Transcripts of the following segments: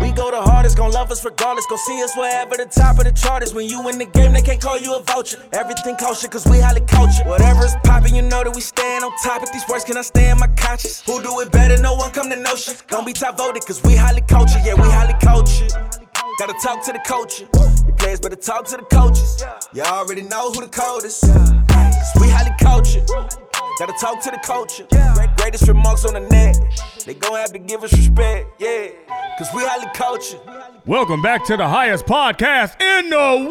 artists gon' love us regardless. Gon' see us wherever the top of the chart is. When you in the game, they can't call you a vulture. Everything kosher, cause we highly cultured. Whatever is poppin', you know that we stand on top. If these words can I stay in my conscience? Who do it better? No one come to notion. Don't be top voted, cause we highly cultured. Yeah, we highly cultured. Gotta talk to the culture. Your players better talk to the coaches. You already know who the code is. Cause we highly cultured. Gotta talk to the culture. Great- Greatest remarks on the net. They gon' have to give us respect. Yeah, cause we highly cultured. Welcome back to the highest podcast in the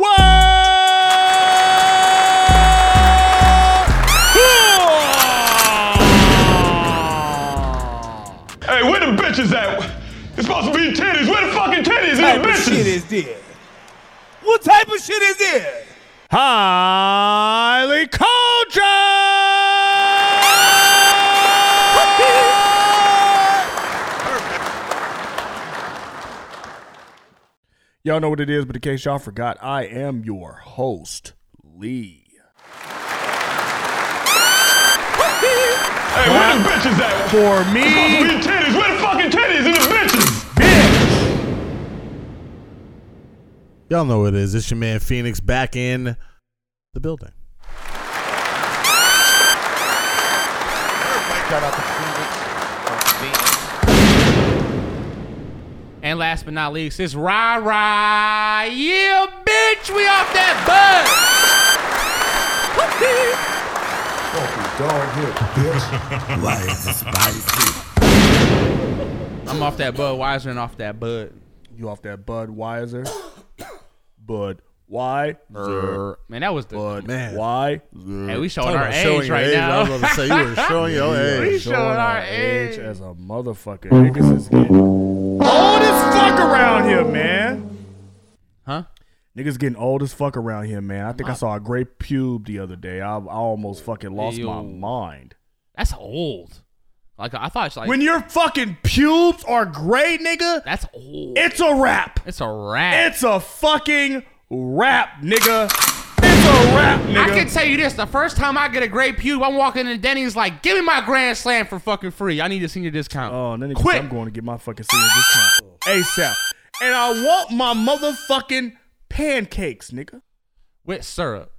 world. Hey, where the bitches at? It's supposed to be titties. Where the fucking titties type and the of shit bitches? is this? What type of shit is this? Highly cultured. Y'all know what it is, but in case y'all forgot, I am your host, Lee. Hey, where the bitches at? It's For supposed to me, be titties. Where the fucking titties and the bitches? bitch. Y'all know what it is. It's your man Phoenix back in the building. Shout out to Phoenix. And last but not least, it's Rah Rah. Yeah, bitch, we off that Why is this spicy? bud. I'm off that Budweiser and off that bud. You off that Budweiser? Bud, why? Man, that was the. Bud, Man. why? Hey, we showing Talking our about showing age your right age, I now. was about to say you were showing your age. showing our age. as a motherfucker. Niggas is getting old as fuck around here, man. huh? Niggas getting old as fuck around here, man. I think I saw a gray pube the other day. I, I almost fucking lost my Ew. mind. That's old. Like I thought, it's like When your fucking pubes are gray, nigga, that's old. it's a wrap. It's a rat. It's a fucking wrap, nigga. It's a wrap, I nigga. can tell you this: the first time I get a great pube, I'm walking in Denny's like, "Give me my grand slam for fucking free. I need a senior discount." Oh, and then Quick. I'm going to get my fucking senior discount ASAP. And I want my motherfucking pancakes, nigga, with syrup.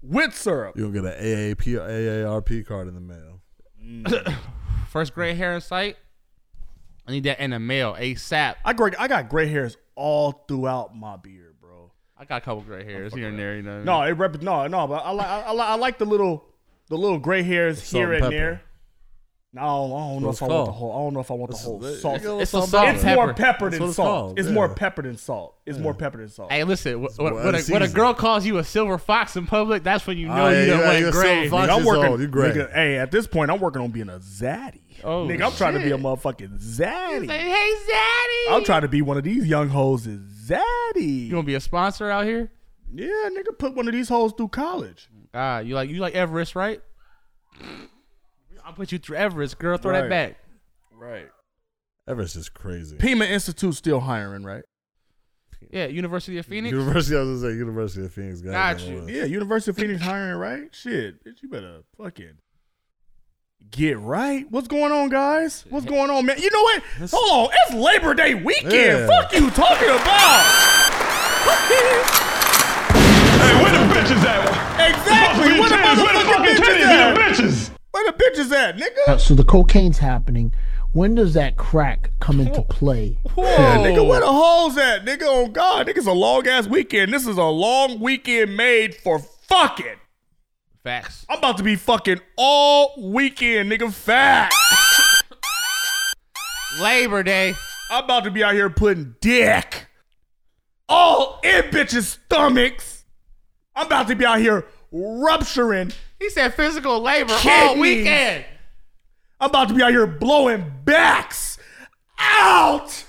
with syrup. You'll get an AAP, AARP card in the mail. First gray hair in sight. I need that in the mail ASAP. I great, I got gray hairs all throughout my beard, bro. I got a couple gray hairs here and there. You know. what No, I it rep- no, no, but I like, I like, I like the little, the little gray hairs Salt here and, and pepper. there. No, I don't, I don't know if I want called. the whole. I don't know if I want the whole is- salt. mean? Oh, It's a Salt salt and It's pepper. more pepper That's than what it's salt. called, It's yeah. more pepper than salt. It's more pepper than salt. Hey, listen. What, well when, a, when a seasoned. girl calls you a silver fox in public, that's when you know Ah, Oh, yeah, you you done got- you went got gray. silver fox. nigga. Fox I'm is working. old. You great. Nigga, hey, at this point, I'm working on being a zaddy. Oh, nigga, I'm trying to be a shit. motherfucking Say, zaddy. hey, Zaddy. I'm trying to be one of these young hoes is You zaddy. gonna be a sponsor out here? Yeah, nigga, put one of these hoes through college. Ah, you like you like Everest, right? I'll put you through Everest, girl. Throw Right. that back. Right. Everest is crazy. Pima Institute still hiring, right? Yeah, University of Phoenix. University, I was gonna say University of Phoenix. God Got you. damn it. Yeah, University of Phoenix hiring, right? Shit, bitch, you better fucking get right. What's going on, guys? What's going on, man? You know what? Hold on, it's Labor Day weekend. Yeah. Fuck you talking about. Hey, where the bitches at? It's supposed to exactly. be What the titties. Where the motherfucking fucking bitches titties and the at? bitches? Where the bitches at, nigga? Uh, So the cocaine's happening. When does that crack come Oh. into play? Whoa. Yeah, nigga, where the hoes at? Nigga, on God, nigga's a long ass weekend. This is a long weekend made for fucking. Facts. I'm about to be fucking all weekend, nigga. Fact. Labor Day. I'm about to be out here putting dick all in bitches' stomachs. I'm about to be out here rupturing. He said physical labor all Kidneys. weekend. I'm about to be out here blowing backs out.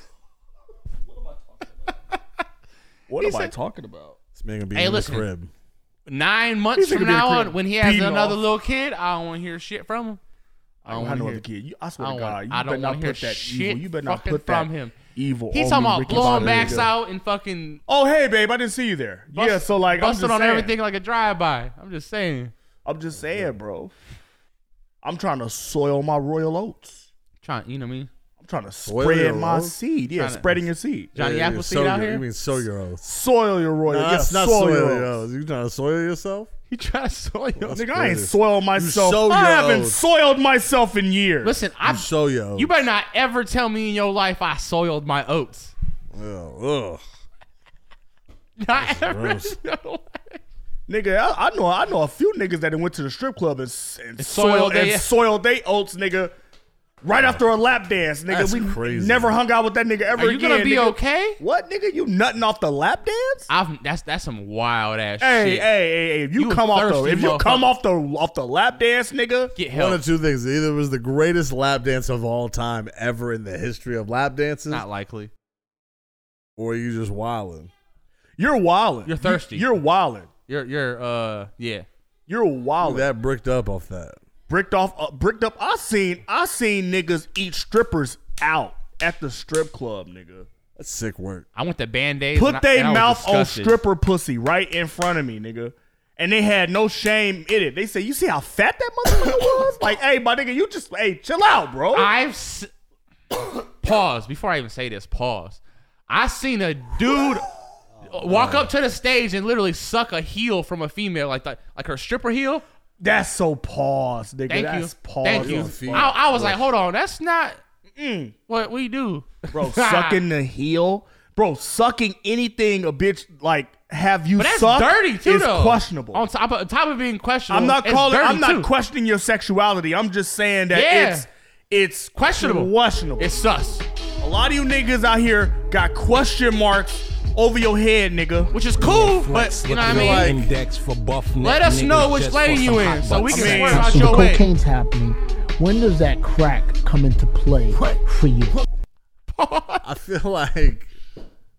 What am I talking about? This man gonna be Hey, in listen. the crib. Nine months He's from gonna be now a creep. on, when he has Beating another off. little kid, I don't want to hear shit from him. I I don't don't want to know hear the kid. You, I swear I to don't God, wanna- you I better don't not wanna hear put that shit evil. You better not fucking put that from him. evil. He's on talking me, about Ricky blowing Bobby. backs out and fucking Oh hey babe, I didn't see you there. yeah, so like I'm just busting on saying. everything like a drive-by. I'm just saying. I'm just saying, bro. I'm trying to soil my royal oats. Trying, you know what I mean? I'm trying to Soil spread your my oats? seed. Yeah, Tryna- spreading your seed. Johnny Yeah, Appleseed sow out your- here. You mean sow your oats? Soil your royal. Nah, yeah, that's not soil soil your your oats. oats. You trying to soil yourself? you try to soil. That's Nigga, I ain't crazy. soiled myself. sow I your haven't oats. soiled myself in years. Listen, You I. sow your oats. You better not ever tell me in your life I soiled my oats. Ugh, ugh. Not ever. in gross. your life. Nigga, I, I know I know a few niggas that done went to the strip club and, s- and soiled soiled and they- soiled they oats, nigga. Right after a lap dance, nigga. That's we crazy. never hung out with that nigga ever Are you again. gonna be nigga. okay? What, nigga? You nutting off the lap dance? I've that's that's some wild ass hey, hey, shit. hey, hey, if you, You a come off the thirsty if you come motherfucker. off the off the lap dance, nigga, Get One help. of two things. Either it was the greatest lap dance of all time ever in the history of lap dances, Not likely. or you just wilding. you're wildin'. You're thirsty. You're wildin'. You're you're uh yeah. You're wildin'. That bricked up off that. bricked off uh, bricked up. I seen I seen niggas eat strippers out at the strip club, nigga. That's sick work. I went to band aids. Put their mouth on stripper pussy right in front of me, nigga. And they had no shame in it. They said, "You see how fat that motherfucker was? Like, hey, my nigga, you just hey, chill out, bro." I've s- pause before I even say this. Pause. I seen a dude walk up to the stage and literally suck a heel from a female, like the, like her stripper heel. That's so pause, nigga. Thank That's you. pause. Thank feet. you. I, I was like, hold on, that's not what we do, Mm. bro. sucking the heel, bro. Sucking anything a bitch like have you But that's sucked dirty too, is though. questionable. On top of, on top of being questionable, I'm not it's calling. dirty, I'm not too. questioning your sexuality. I'm just saying that Yeah. it's it's Questionable. Questionable. It's sus, a lot of you niggas out here got question marks over your head, nigga. which is cool, but you know what I mean. Index for buff Let us know which lane you in, so we I can mean, swear so out So the your way. cocaine's happening. When does that crack come into play for you? I feel like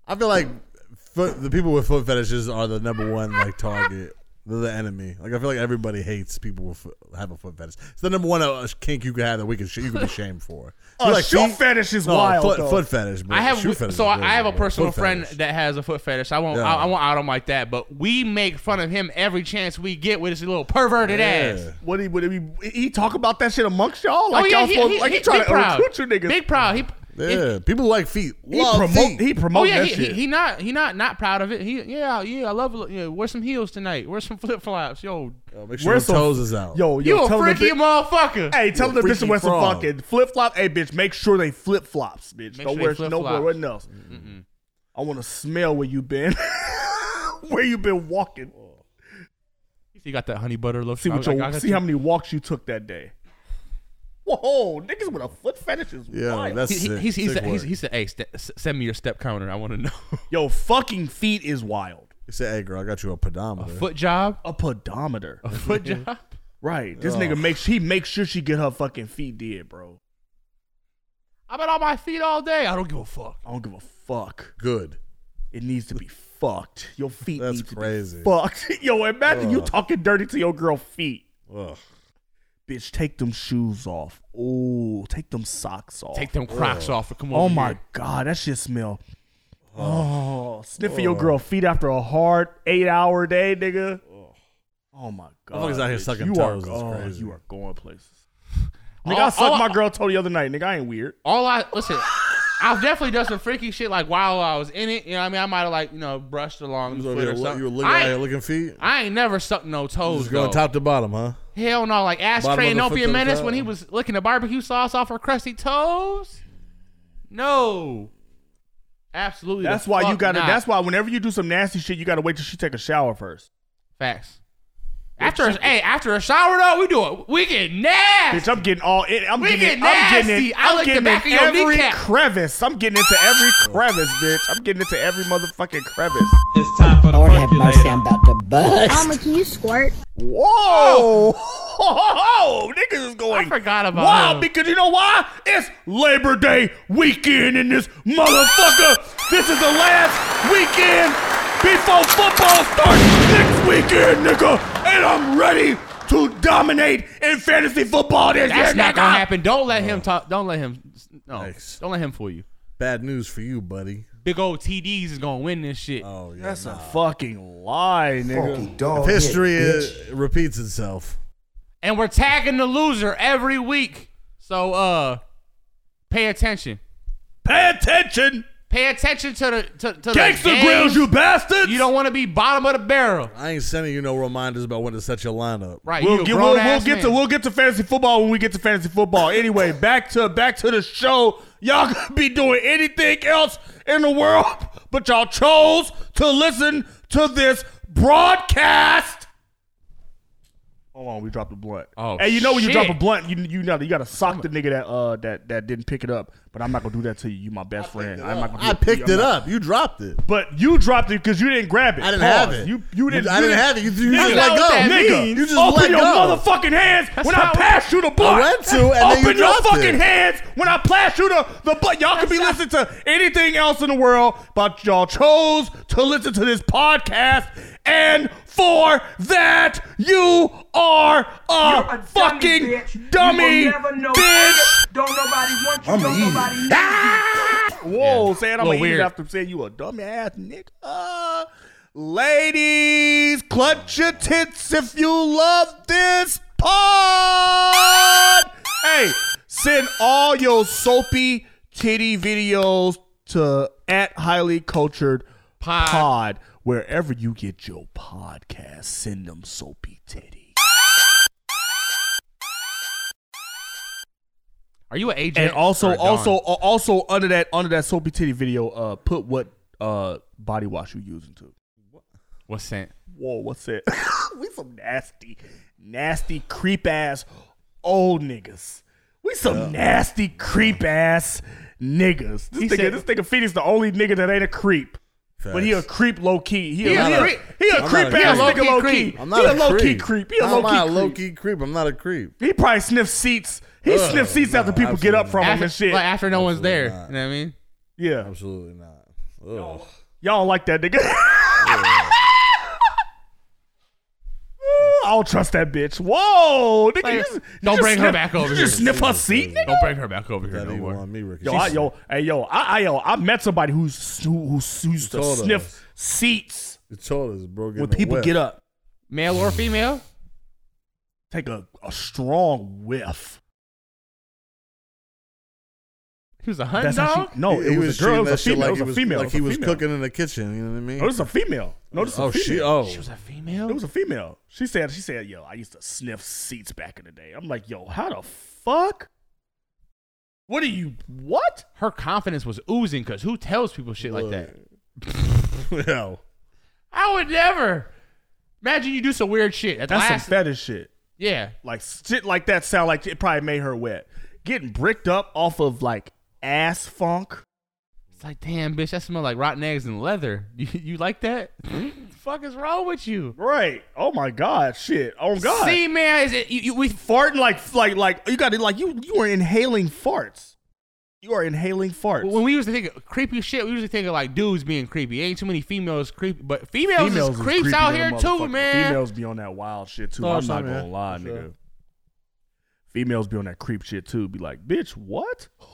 I feel like foot, the people with foot fetishes are the number one like target. They're the enemy. Like I feel like everybody hates people with foot, have a foot fetish. It's the number one uh, kink you can have that we can sh- you can be shamed for. A You're like, Oh, shoe feet- fetish is wild, Foot, though. foot fetish. But I have shoe fetish so is I, crazy, I have a but personal foot friend fetish. that has a foot fetish. I won't Yeah. I, I won't out him like that, but we make fun of him every chance we get with his little perverted ass. What he what he, he talk about that shit amongst Oh, y'all? Like y'all supposed- like he trying big to recruit you niggas. Big proud. He, Yeah, if- people like feet. he Love promote feet. he promote oh yeah, that he, he, shit. he not he not not proud of it. He yeah yeah I love it. yeah, wear some heels tonight. Wear some flip flops, yo. Yo, make sure Wear your some- toes is out. yo, yo, You a tell him the freaky bi- motherfucker. Hey, tell a them the bitch to freaky wear some frog. fucking flip flop. Hey, bitch, make sure they flip flops, bitch. Make Don't sure wear they no more flip-flops. nothing else. I want to smell where you been, where you been walking. You got that honey butter loaf. See what I- I your, got see you. how many walks you took that day. Whoa, niggas with a foot fetish is Yeah, wild. that's He, he, sick. he's, he's, Sick said, he's, work. Oh, he said, hey, ste- s- send me your step counter. I want to know. Yo, fucking feet is wild. He said, "Hey, girl, I got you a pedometer." Foot job? A pedometer, Foot job? right? This Oh. nigga makes he makes sure she get her fucking feet did, bro. I'm on my feet all day. I don't give a fuck. I don't give a fuck. Good. It needs to be fucked. Your feet That's need to crazy. be fucked. Yo, imagine you Ugh. talking dirty to your girl feet. Ugh. Bitch, take them shoes off. Ooh, take them socks off. Take them Crocs off and come over oh my here. god, that shit smell. Oh, sniffing your girl feet after a hard eight hour day, nigga. Oh my god, Motherfuckers out here bitch. sucking you toes is Are, oh, crazy. You are going places. All- Nigga, I sucked all- my girl toe the other night. Nigga, I ain't weird. All I listen, I've definitely done some freaky shit like while I was in it. You know what I mean? I might have like, you know, brushed along You the was over foot here or look- you were something. looking at I, your ain't- looking feet. I ain't never sucked no toes. Just going though. top to bottom, huh? Hell no, like ass Bottom train of the foot to opium the menace toe. when he was licking the barbecue sauce off her crusty toes. No. Absolutely. That's the why fuck you gotta. not. That's why whenever you do some nasty shit, you gotta wait till she take a shower first. facts. After a, hey, after a shower though, we do it. We get nasty. Bitch, I'm getting all in. I'm We getting, get in- I'm getting, nasty. in- I I'm lick the getting back in of your every kneecap. crevice. I'm getting into every crevice, bitch. I'm getting into every motherfucking crevice. It's time for the Lord have mercy, I'm about to bust. Mama, can you squirt? Whoa! Niggas is going. I forgot about Wow, him. because you know why? It's Labor Day weekend in this motherfucker. this is the last weekend before football starts next weekend, nigga. And I'm ready to dominate in fantasy football this That's year, not nigga. gonna happen. Don't let him talk. Don't let him. No, Nice. don't let him fool you. Bad news for you, buddy. Big old TDs is gonna win this shit. Oh yeah. That's a fucking lie, nigga. dog. History uh repeats itself. And we're tagging the loser every week. So uh, pay attention. Pay attention. Pay attention to the to, to Gangsta the games. grills, you bastards. You don't want to be bottom of the barrel. I ain't sending you no reminders about when to set your lineup. Right. you We'll a get, we'll, we'll grown-ass get man. to we'll get to fantasy football when we get to fantasy football. Anyway, back to back to the show. Y'all could be doing anything else in the world, but y'all chose to listen to this broadcast. Hold on, we dropped a blunt. Oh, hey, you know when you drop a shit. blunt, you you know you gotta sock the nigga that uh that that didn't pick it up. But I'm not gonna do that to you. You my best friend. I'm not gonna do I that to you. picked I'm it not- up. You dropped it. But you dropped it because you didn't grab it. I didn't Pause. have it. You you didn't. I didn't have it. You- you Nigga, just let that's go. what that Nigga, means. you just Open let your go. motherfucking hands That's when I how- pass you the blunt. went to, and then Open you your dropped fucking it. hands when I pass you the the blunt. Y'all could be listening to anything else in the world, but y'all chose to listen to this podcast, and for that you are a, a dummy, fucking bitch. You will dummy, never know- bitch. Don't nobody want you, I'm don't eating. nobody need Whoa, saying I'm Ah! Little gonna eat it weird. after saying you a dumbass nigga. Ladies, clutch your tits if you love this pod. Hey, send all your soapy titty videos to at highly cultured Pod. pod wherever you get your podcast. Send them soapy titty. Are you an agent? And also, or a don? also, uh, also under that under that soapy titty video, uh, put what uh body wash you using to. what scent? whoa, what's it? we some nasty, nasty creep ass old niggas. We some nasty creep ass niggas. This He nigga, said- this nigga Phoenix the only nigga that ain't a creep. But he a Facts. creep low key. He, He a, a he a- creep. He a I'm creep not a ass creep. nigga low Low-key key. creep. he I'm not a low key creep. He a How am I low key low creep. key creep. I'm not a creep. He probably sniffs seats. He Ugh, sniffs seats no, after people get up absolutely from him After, and shit. like, after no one's there. You Absolutely not. know what I mean? yeah, Absolutely not. Ugh. y'all don't like that nigga. I don't trust that bitch. Whoa, nigga, Like, you just- you don't just bring her sniff- back over you here. Just sniff her seat. nigga? Don't bring her back over here That no ain't more. on me, Ricky. Yo, I, yo, hey, yo, I, I, yo, I met somebody who's who, who's, who used to Told sniff us. seats You told us, bro. when people get up. Male or female? Take a, a strong whiff. He was a hunt dog. she. No, oh, it was, a girl. It was a female. Like it he was a female. Like it he was was a female. cooking in the kitchen. You know what I mean? No, this is a female. No, this is oh, a female. she. Oh, She was a female. It was a female. She said, she said, yo, I used to sniff seats back in the day. I'm like, yo, how the fuck? What are you? What? her confidence was oozing because who tells people shit like that? Yo. I would never. Imagine you do some weird shit. At the That's last- some fetish shit. yeah. Like shit like that sound like it probably made her wet. Getting bricked up off of like ass funk. It's like, damn, bitch, that smell like rotten eggs and leather. You, you like that? fuck is wrong with you? Right. Oh my god. Shit. Oh god. See, man, is it, you, you, we farting like like like you got to like you you are inhaling farts. You are inhaling farts. when we used to think of creepy shit, we usually think of like dudes being creepy. Ain't too many females creepy, but females, is creeps creepy out than here a too, motherfucker. man. Females be on that wild shit too. Oh, I'm so, not man. gonna lie, For nigga. sure. Females be on that creep shit too. Be like, bitch, what? We-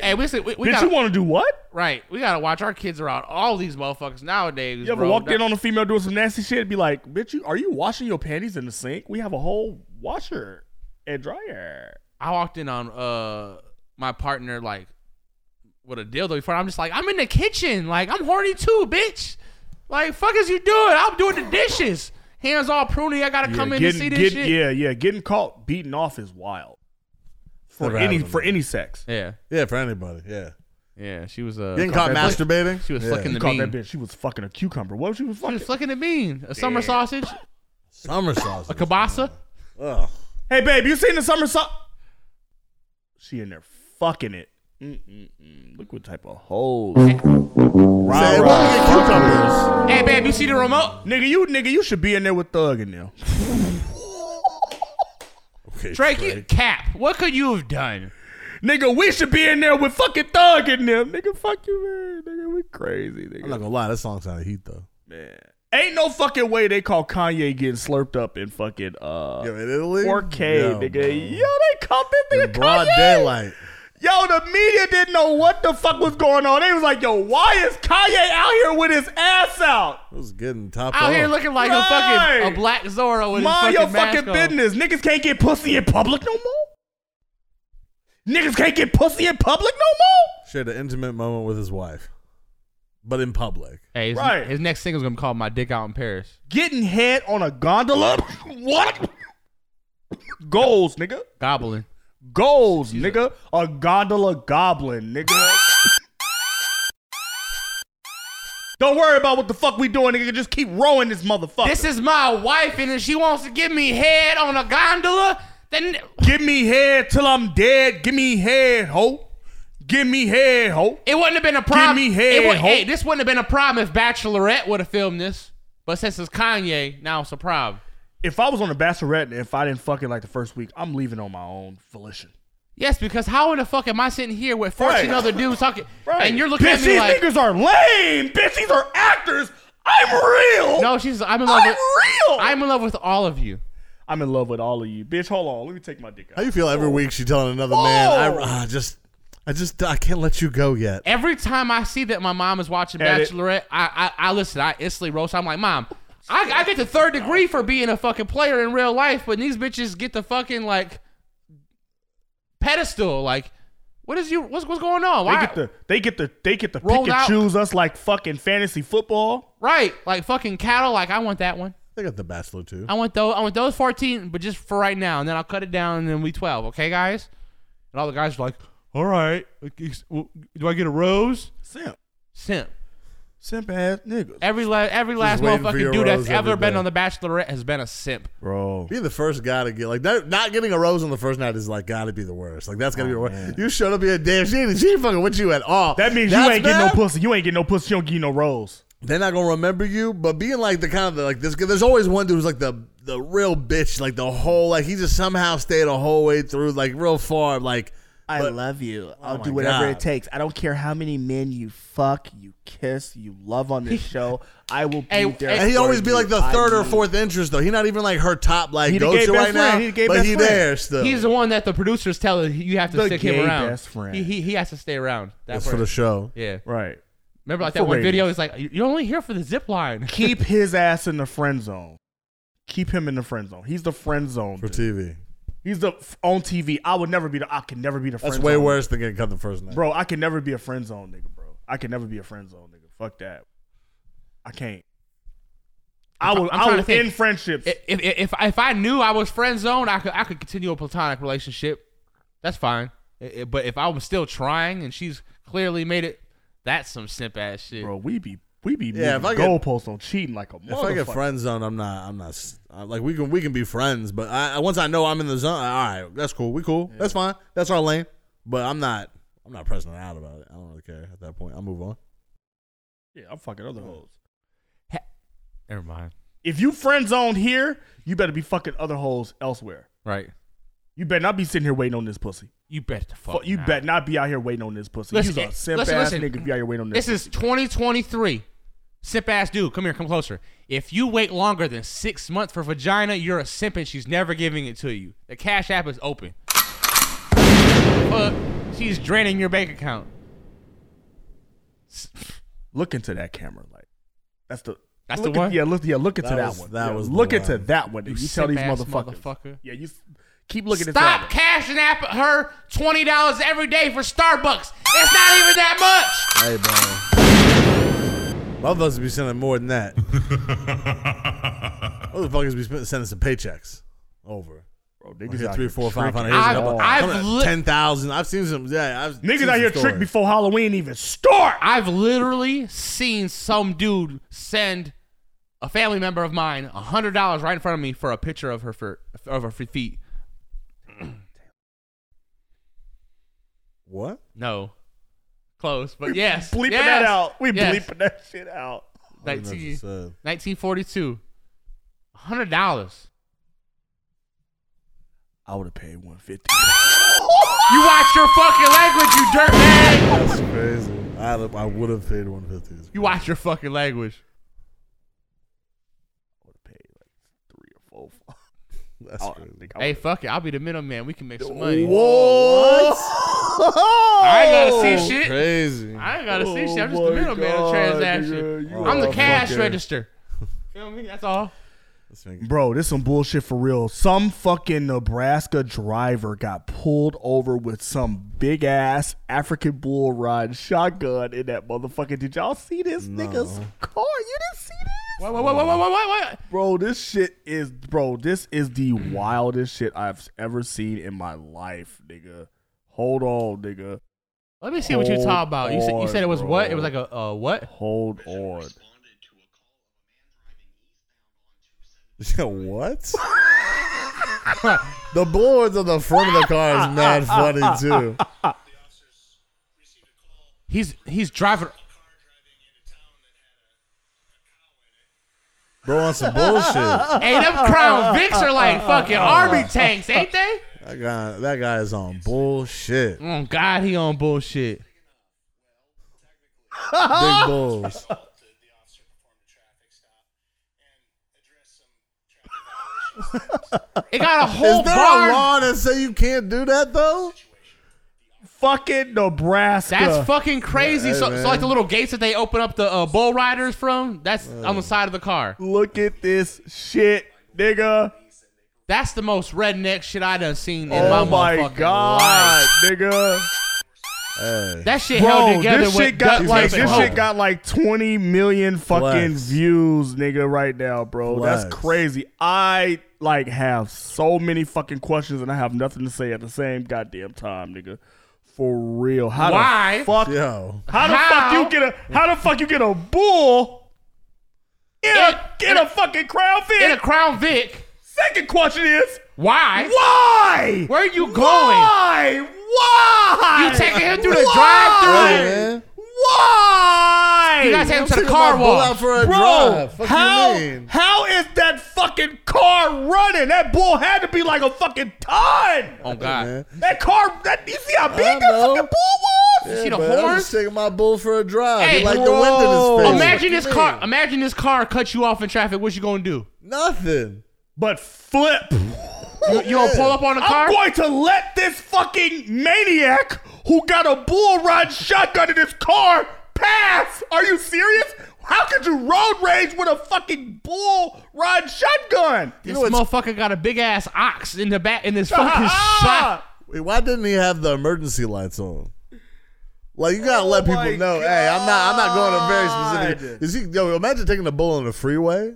Hey, we, we, we bitch, gotta, you want to do what? right? We gotta watch our kids around all these motherfuckers nowadays. You ever bro. walked in That- on a female doing some nasty shit? Be like, bitch, you are you washing your panties in the sink? We have a whole washer and dryer. I walked in on uh my partner like with a dildo before. I'm just like, I'm in the kitchen. Like, I'm horny too, bitch. Like, fuck is you doing? I'm doing the dishes. Hands all pruny. I gotta come in getting, and see this get- shit. yeah, yeah, getting caught beating off is wild for Never any happened. for any sex. yeah, Yeah, for anybody. Yeah. yeah. She was uh, Getting caught that masturbating. she was yeah. fucking the Caught bean. that bitch. She was fucking a cucumber. What she was She fucking? was flicking the bean. A summer sausage, summer sausage. a kielbasa. Ugh. hey, babe, you seen the summer so She in there fucking it. Mm-mm-mm. Look what type of hoes. Rah, Say, rah. why we get cucumbers? Hey, babe, you see the remote? Nigga, you nigga, you should be in there with Thug in there. Okay, Drake, you cap. What could you have done? nigga, we should be in there with fucking Thug in there. Nigga, fuck you, man. Nigga, we crazy, nigga. I'm not gonna lie. That song sounded heat though. Ain't no fucking way they call Kanye getting slurped up in fucking uh Yo, in Italy. 4K, Yo, nigga. bro. Yo, they called this In nigga broad Kanye. daylight. Yo, the media didn't know what the fuck was going on. They was like, yo, why is Kanye out here with his ass out? It was getting top Out off. here looking like a Right. fucking a black Zorro with Mind his your fucking mask fucking on. business. Niggas can't get pussy in public no more. Niggas can't get pussy in public no more. shared an intimate moment with his wife, but in public. Hey, his, Right. his next single's gonna be called "My Dick Out in Paris." Getting head on a gondola? What? Goals, nigga. Goblin. Goals, nigga. A gondola goblin, nigga. Don't worry about what the fuck we doing, nigga. Just keep rowing this motherfucker. This is my wife, and if she wants to give me head on a gondola, then Give me head till I'm dead. Give me head, ho. Give me head, ho. it wouldn't have been a problem. me head, It would- ho. hey, this wouldn't have been a problem if Bachelorette would have filmed this, but since it's Kanye, now it's a problem. If I was on the Bachelorette and if I didn't fuck it like the first week, I'm leaving on my own volition. Yes, because how in the fuck am I sitting here with fourteen Right. other dudes talking, and you're looking bitch, at me these like, niggas are lame. Bitch, these are actors. I'm real. "No, she's I'm in love I'm with real. I'm in love with all of you." I'm in love with all of you. Bitch, hold on. Let me take my dick out. How you feel every week she telling another man, I, Whoa. ah, just, I just, I can't let you go yet. Every time I see that my mom is watching Edit. Bachelorette, I, I I listen. I instantly roast. I'm like, Mom, I, I get the third degree for being a fucking player in real life, but these bitches get the fucking like pedestal. Like, what is you? What's what's going on? They Why, get the they get the they get to pick Rolled and out. choose us like fucking fantasy football. right? Like fucking cattle. Like I want that one. They got the Bachelor too. I want those. I want those 14, but just for right now, and then I'll cut it down, and then we 12. Okay, guys. And all the guys are like, All right, like, ex- well, do I get a rose? Simp. Simp. Simp ass niggas. Every la- every last waiting for motherfucking your dude that's rose every ever been day. on the Bachelorette has been a simp. Bro. Be the first guy to get like that. Not getting a rose on the first night is like gotta be the worst. Like that's gotta be the worst. You showed up here, damn, she ain't, she ain't fucking with you at all. Oh, That means That's you ain't getting no bad. pussy. You ain't getting no pussy. You don't get no rolls. They're not gonna remember you, but being like the kind of the, like this. guy- There's always one dude who's like the the real bitch, like the whole like he just somehow stayed a whole way through, like real far, like. I But- love you. I'll Oh my do whatever God. it takes. I don't care how many men you fuck, you kiss, you love on this show. I will be Hey, there. hey, And he'd for always be you. like the I third or need- fourth interest though. He not even like her top like He the go gay to best right now, friend. He the gay but best he friend. there still. He's the one that the producers tell you you have to The stick him gay around. best friend. He, he he has to stay around. That That's for the person. show. yeah. Right. Remember like For that one ratings. video? He's like, you're only here for the zip line. Keep his ass in the friend zone. Keep him in the friend zone. He's the friend zone. For dude. TV, He's the f- on TV. I would never be the. I can never be the. Friend that's way zone. worse than getting cut the first night. bro. I can never be a friend zone nigga, bro. I can never be a friend zone nigga. Fuck that. I can't. I I'm will. trying to I will think. end friendships. if, if if if I knew I was friend zoned, I could I could continue a platonic relationship. That's fine. I- I- but if I was still trying and she's clearly made it, that's some simp ass shit. bro, we be we be Yeah, if moving I get- goalposts on cheating like a If I motherfucker. get friend zoned, I'm not. I'm not. s- uh, Like we can we can be friends, but I I- once I know I'm in the zone, I- all right, that's cool. We cool. That's fine. That's our lane. But I'm not. I'm not pressing her out about it. I don't really care at that point. I'll move on. yeah, I'm fucking other hoes. Never mind. If you friend zoned here, you better be fucking other hoes elsewhere. Right. You better not be sitting here waiting on this pussy. You bet the Fuck, fuck. you not. better not be out here waiting on this pussy. Listen, You's a eh, simp listen, ass listen. nigga if you out here waiting on this. This is 2023. Simp ass dude, come here, come closer. If you wait longer than six months for vagina, you're a simp and she's never giving it to you. The cash app is open. Fuck, she's draining your bank account. look into that camera like that's the That's look the at- one? yeah look yeah look into That that, was- one that Yeah, was the look into one. that one you, you tell these simp-ass motherfuckers motherfucker. yeah you s- keep looking into Stop that cashing at her twenty dollars every day for Starbucks. It's not even that much. Hey, bro. Motherfuckers be sending more than that. Motherfuckers be spend- sending some paychecks over. one. bro Like niggas out three, here four, five tricking. hundred. Here's a I've- couple- I've come on, lit- ten thousand. I've seen some. Yeah, I've seen niggas out some here stories. trick before Halloween even start I've literally seen some dude send a family member of mine hundred dollars right in front of me for a picture of her for of her feet. What? No, close, but yes, bleeping yes, that out we yes. bleeping that shit out 19, That's what I said. 1942. hundred dollars. I would have paid 150 You watch your fucking language, you dirtbag. That's crazy. I I would have paid one fifty. You watch your fucking language. I would have paid like three or four That's Oh, crazy. nigga, I Hey, would've- fuck it. I'll be the middleman. We can make some money. Whoa! I ain't gotta see shit. Crazy. I ain't gotta see shit. I'm just Oh the my middleman of God, transaction. nigga, you I'm the are cash fucking- register. Feel me? That's all. Bro, this some bullshit for real. Some fucking Nebraska driver got pulled over with some big ass African bull rod shotgun in that motherfucker. Did y'all see this nigga's car? You didn't see this? What, what, what, what, what, what, what? Bro, this shit is bro, this is the wildest shit I've ever seen in my life, nigga. Hold on, nigga. Let me see what you talk about. You said you said it was Hold what? on, It was like a uh, what? Hold on. what? the boards on the front of the car is mad funny too. He's he's driving. Bro on some bullshit. hey, them Crown Vics are like fucking army tanks, ain't they? That guy, that guy is on bullshit. Oh God, he on bullshit. Big bulls. It got a whole Is there bar. a law that say you can't do that though? Fucking Nebraska. That's fucking crazy. Yeah, so, hey, so like the man. little gates that they open up the uh, bull riders from, that's on the side of the car. Look at this shit, nigga. That's the most redneck shit I done seen in oh my, my, motherfucking god, life. nigga. Hey. That shit held Bro, together this with shit got duct like tape and this hope. shit got like 20 million fucking Flex. views, nigga, right now, bro. That's Flex. crazy. I like have so many fucking questions and I have nothing to say at the same goddamn time, nigga. For real. How Why? the fuck Yo. how the How? fuck you get a how the fuck you get a bull in a In- in a fucking crown fit? in a Crown Vic. Second question is Why? why? Where are you going? Why? Why? You taking him through the Hey, drive-through? man. Why? You gotta take him to the Take my car bull wash. out for a Bro, drive. Fuck how, you mean? how is that fucking car running? That bull had to be like a fucking ton. Oh God! man. That car, that you see how big I that know. fucking bull was? Yeah, see the but I'm horn? just taking my bull for a drive. Hey, he like the wind whoa. in his face. Imagine this What you car. mean? Imagine this car cut you off in traffic. What you gonna do? Nothing. But flip, You, you gonna pull up on the car? I'm going to let this fucking maniac who got a bull rod shotgun in his car pass. Are you serious? How could you road rage with a fucking bull rod shotgun? this motherfucker got a big ass ox in the back in this Ah, fucking shot. Wait, why didn't he have the emergency lights on? Like you gotta let people Oh my know. Hey, I'm not. I'm not going to very God. specific. Is he? Yo, imagine taking a bull on the freeway.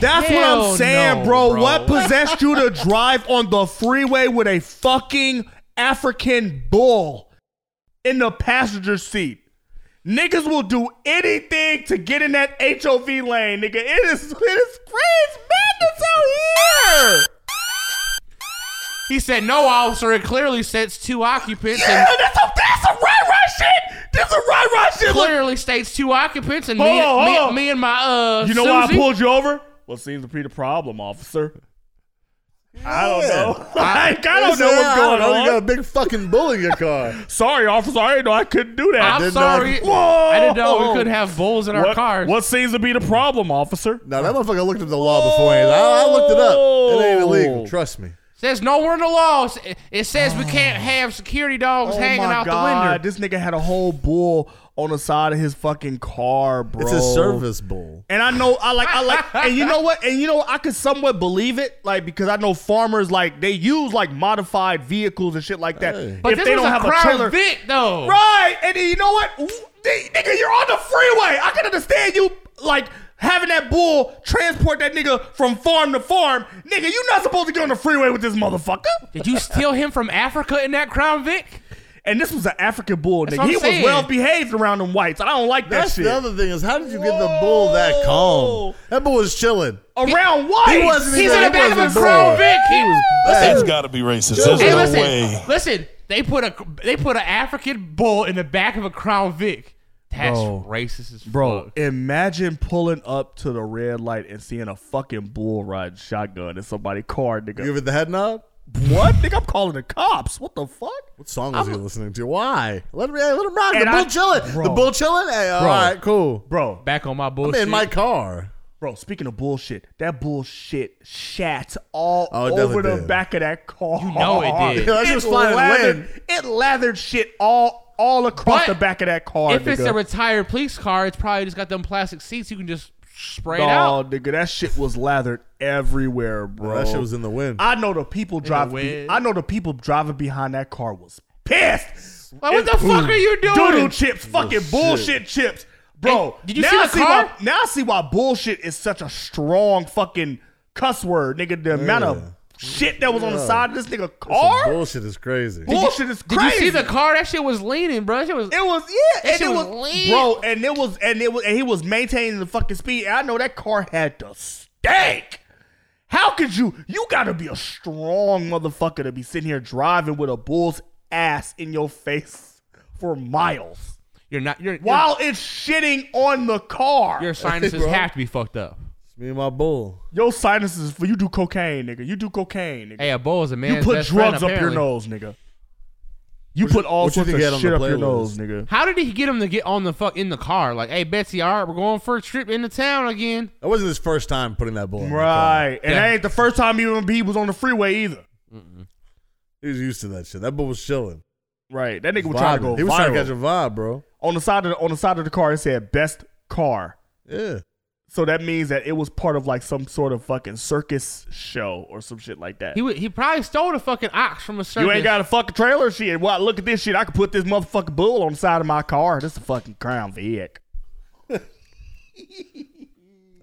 That's what Hell I'm saying, no, bro. bro. What possessed you to drive on the freeway with a fucking African bull in the passenger seat? Niggas will do anything to get in that HOV lane, nigga. It is it is crazy madness out here. He said no, officer. It clearly states two occupants Yeah, and that's a that's a right right shit. That's a right right shit. Look, clearly states two occupants and me, Hold on, hold me, on. me and my uh. you know Susie? why I pulled you over? What seems to be the problem, officer? I don't know. Like, I don't know what's going know. You got a on. big fucking bull in your car. Sorry, officer. I didn't know I couldn't do that. I'm did sorry. not- Whoa! I didn't know we couldn't have bulls in our what, cars. What seems to be the problem, officer? now that motherfucker looked at the law beforehand. I, I looked it up. It ain't Oh. illegal. Trust me. Says nowhere in the law. It- It says we can't have security dogs hanging out the window. Oh This nigga had a whole bull on the side of his fucking car, bro. It's a service bull. And I know I like I like and you know what? And you know I could somewhat believe it, like because I know farmers like they use like modified vehicles and shit like that. But if this they was don't a have Crown a trailer. Vic, though. Right. And then you know what? They- nigga, you're on the freeway. I can understand you like having that bull transport that nigga from farm to farm. Nigga, you're not supposed to get on the freeway with this motherfucker. Did you steal him from Africa in that Crown Vic? And this was an African bull, nigga. what I'm He was saying. well behaved around them whites. I don't like that That's shit. the other thing is how did you get the bull that calm? Whoa. Oh, That bull was chilling. around whites. He wasn't He's even- in the he back of a wasn't Crown born. Vic. He was. Hey, gotta be racist. Hey, listen, listen. They put a they put an African bull in the back of a Crown Vic. That's Bro. racist as Bro, fuck. imagine pulling up to the red light and seeing a fucking bull ride shotgun in somebody's car, nigga. give it the head nod. what? Nigga, I'm calling the cops. What the fuck? What song was he listening to? Why? Let him, hey, let him rock. And the I- bull chilling. Bro. The bull chilling. Hey, all Bro. right, cool. Bro, Back on my I'm bullshit. in my car. bro, speaking of bullshit, that bullshit shat all Oh, it over definitely the did. back of that car. You know it did. Yeah, that shit was flying in the lathered, wind. it lathered shit all all across But the back of that car, if it's nigga. a retired police car, it's probably just got them plastic seats. You can just sprayed Dog, out. nigga, that shit was lathered everywhere, bro. that shit was in the wind. I know the people driving. wind. I know the people driving behind that car was pissed. Like, what the fuck are you doing? Doodle chips, fucking bullshit chips, bro. And did you now see I the see why, car? Now I see why bullshit is such a strong fucking cuss word, nigga. The amount Yeah. of shit that was on the Yeah. side of this nigga Some car. bullshit is crazy. Bullshit is Did crazy. you see the car? That shit was leaning, bro. That shit was. It was yeah, and shit it was was, lit. bro, and it was and it was and he was maintaining the fucking speed. And I know that car had to stink. How could you? You gotta be a strong motherfucker to be sitting here driving with a bull's ass in your face for miles You're not. You're, your- while it's shitting on the car. your sinuses Bro. have to be fucked up. It's me and my bull. Your sinuses for you do cocaine, nigga. You do cocaine, nigga. Hey, a bull is a you man's put best friend, drugs up your apparently. nose, nigga. You put all what you sorts think of he had on shit the up your playlist? nose, nigga. How did he get him to get on the fuck in the car? Like, hey Betsy, all right, we're going for a trip into town again. That wasn't his first time putting that bull. in the car. Right, and Yeah. that ain't the first time he was on the freeway either. He was used to that shit. That bull was chilling. Right. That nigga was trying to go Vibing. He was trying to catch a viral. vibe, bro. on the side of the, on the side of the car. It said best car. Yeah. So that means that it was part of like some sort of fucking circus show or some shit like that. He would, he probably stole the fucking ox from a circus. you ain't got a fucking trailer shit. Well, look at this shit. I could put this motherfucking bull on the side of my car. This is a fucking Crown Vic. Hey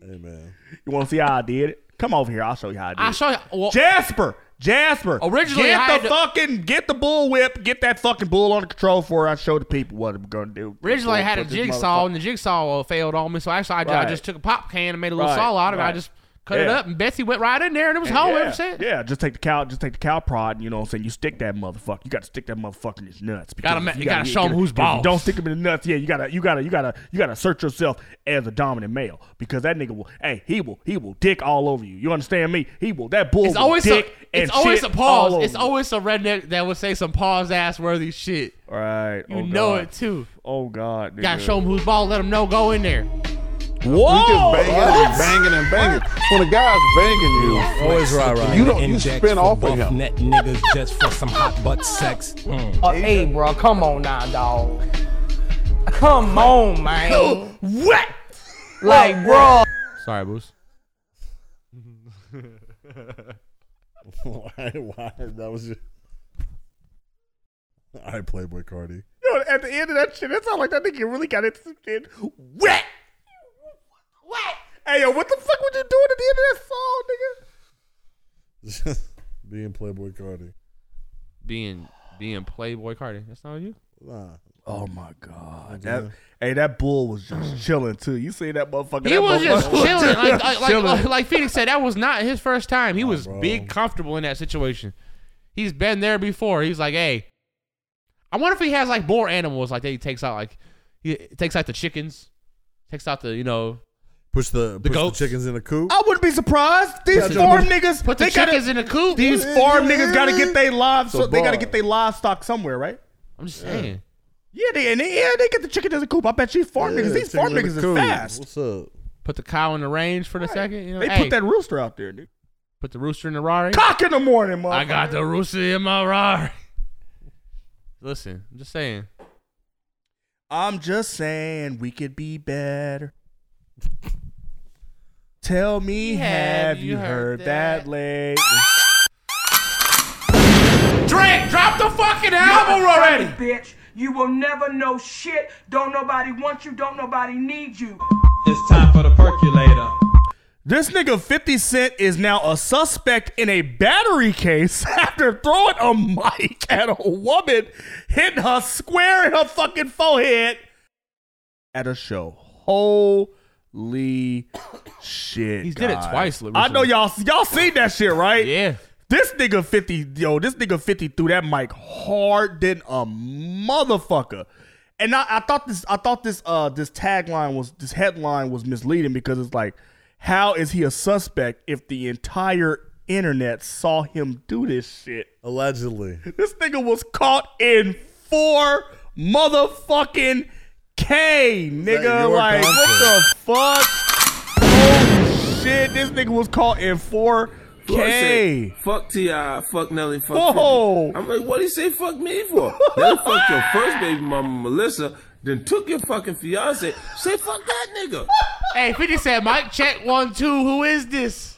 man. You want to see how I did it? Come over here. I'll show you how I did I it. saw. Well, Jasper. Jasper. Oh. Originally, I get had the to- fucking get the bull whip. Get that fucking bull on the control for. Her. I showed the people what I'm gonna do. originally I had a Put this jigsaw motherfucker- and the jigsaw uh, failed on me, so actually I, ju- I Right. just took a pop can and made a little Right, saw out of it. I right. just cut it Yeah. up and Betsy went right in there and it was home yeah, ever since. Yeah, just take the cow, just take the cow prod, and you know what I'm saying? You stick that motherfucker. You gotta stick that motherfucker in his nuts. because Gotta ma- if you gotta get- show him get- who's if boss. you Don't stick him in the nuts. Yeah, you gotta you gotta you gotta you gotta assert yourself as a dominant male. Because that nigga will hey, he will he will dick all over you. You understand me? He will that bull It's will always a, dick and it's always a shit all pause. over It's you. always a redneck that would say some pause ass worthy shit. All right. You oh know God. it too. Oh god, nigga. Gotta show him who's ball. Let him know. Go in there. Whoa! banging and banging and banging. When a guy's banging you, Always right, right. you You don't you Index spin for off of buff him. net niggas just for some hot butt sex. Mm. Oh, hey, bro, come on now, dog. Come on, man. What? Like, bro. Sorry, Boos. why? Why? That was. Just... All right, Playboy Cardi. Yo, at the end of that shit, it sounded like that nigga really got into some shit. Wet! What? Hey yo, what the fuck were you doing at the end of that song, nigga? Being Playboy Cardi. Being being Playboy Cardi. That's not you. Nah. Oh my god! That, hey, that bull was Mm. just chilling too. You see that motherfucker? He that was just motherfucker chilling. Like like, like, chilling. like Phoenix said, that was not his first time. He was bro. big comfortable in that situation. He's been there before. He's like, hey, I wonder if he has like more animals. Like that he takes out like he takes out the chickens, takes out the you know Push the push the goats. chickens in the coop. I wouldn't be surprised. These Put the- farm niggas, put the they chickens gotta, in the coop. These Yeah, farm yeah, niggas got to yeah. get their live, so The they got to bar. get their livestock somewhere, right? I'm just saying. Yeah, they and they, yeah, they get the chicken as a coop. I bet these farm Yeah, niggas, these chicken farm in the niggas coop. is fast. What's up? Put the cow in the range for the second. You know, They hey, put that rooster out there, dude. put the rooster in the Rari. Cock in the morning, motherfucker. I got the rooster in my Rari. Listen, I'm just saying. I'm just saying we could be better. Tell me, have, you heard, that lately? Drake, drop the fucking album already. bitch. You will never know shit. Don't nobody want you. Don't nobody need you. It's time for the percolator. This nigga 50 Cent is now a suspect in a battery case after throwing a mic at a woman, hitting her square in her fucking forehead at a show. Holy shit. He did it guys. twice, Larissa. I know y'all y'all seen that shit, right? Yeah. This nigga 50, yo, this nigga 50 threw that mic hard than a motherfucker. And I, I thought this I thought this uh this tagline was this headline was misleading because it's like, how is he a suspect if the entire internet saw him do this shit? Allegedly. This nigga was caught in four motherfucking K, nigga. your Like, what the fuck? concept? Holy shit, this nigga was caught in four Lord K. said, Fuck T.I., fuck Nelly, fuck Whoa. 50. I'm like, what do you say fuck me for? Nelly fucked your first baby mama, Melissa. then took your fucking fiance. Say fuck that nigga. Hey, 50 said, Mike, check one, two. Who is this?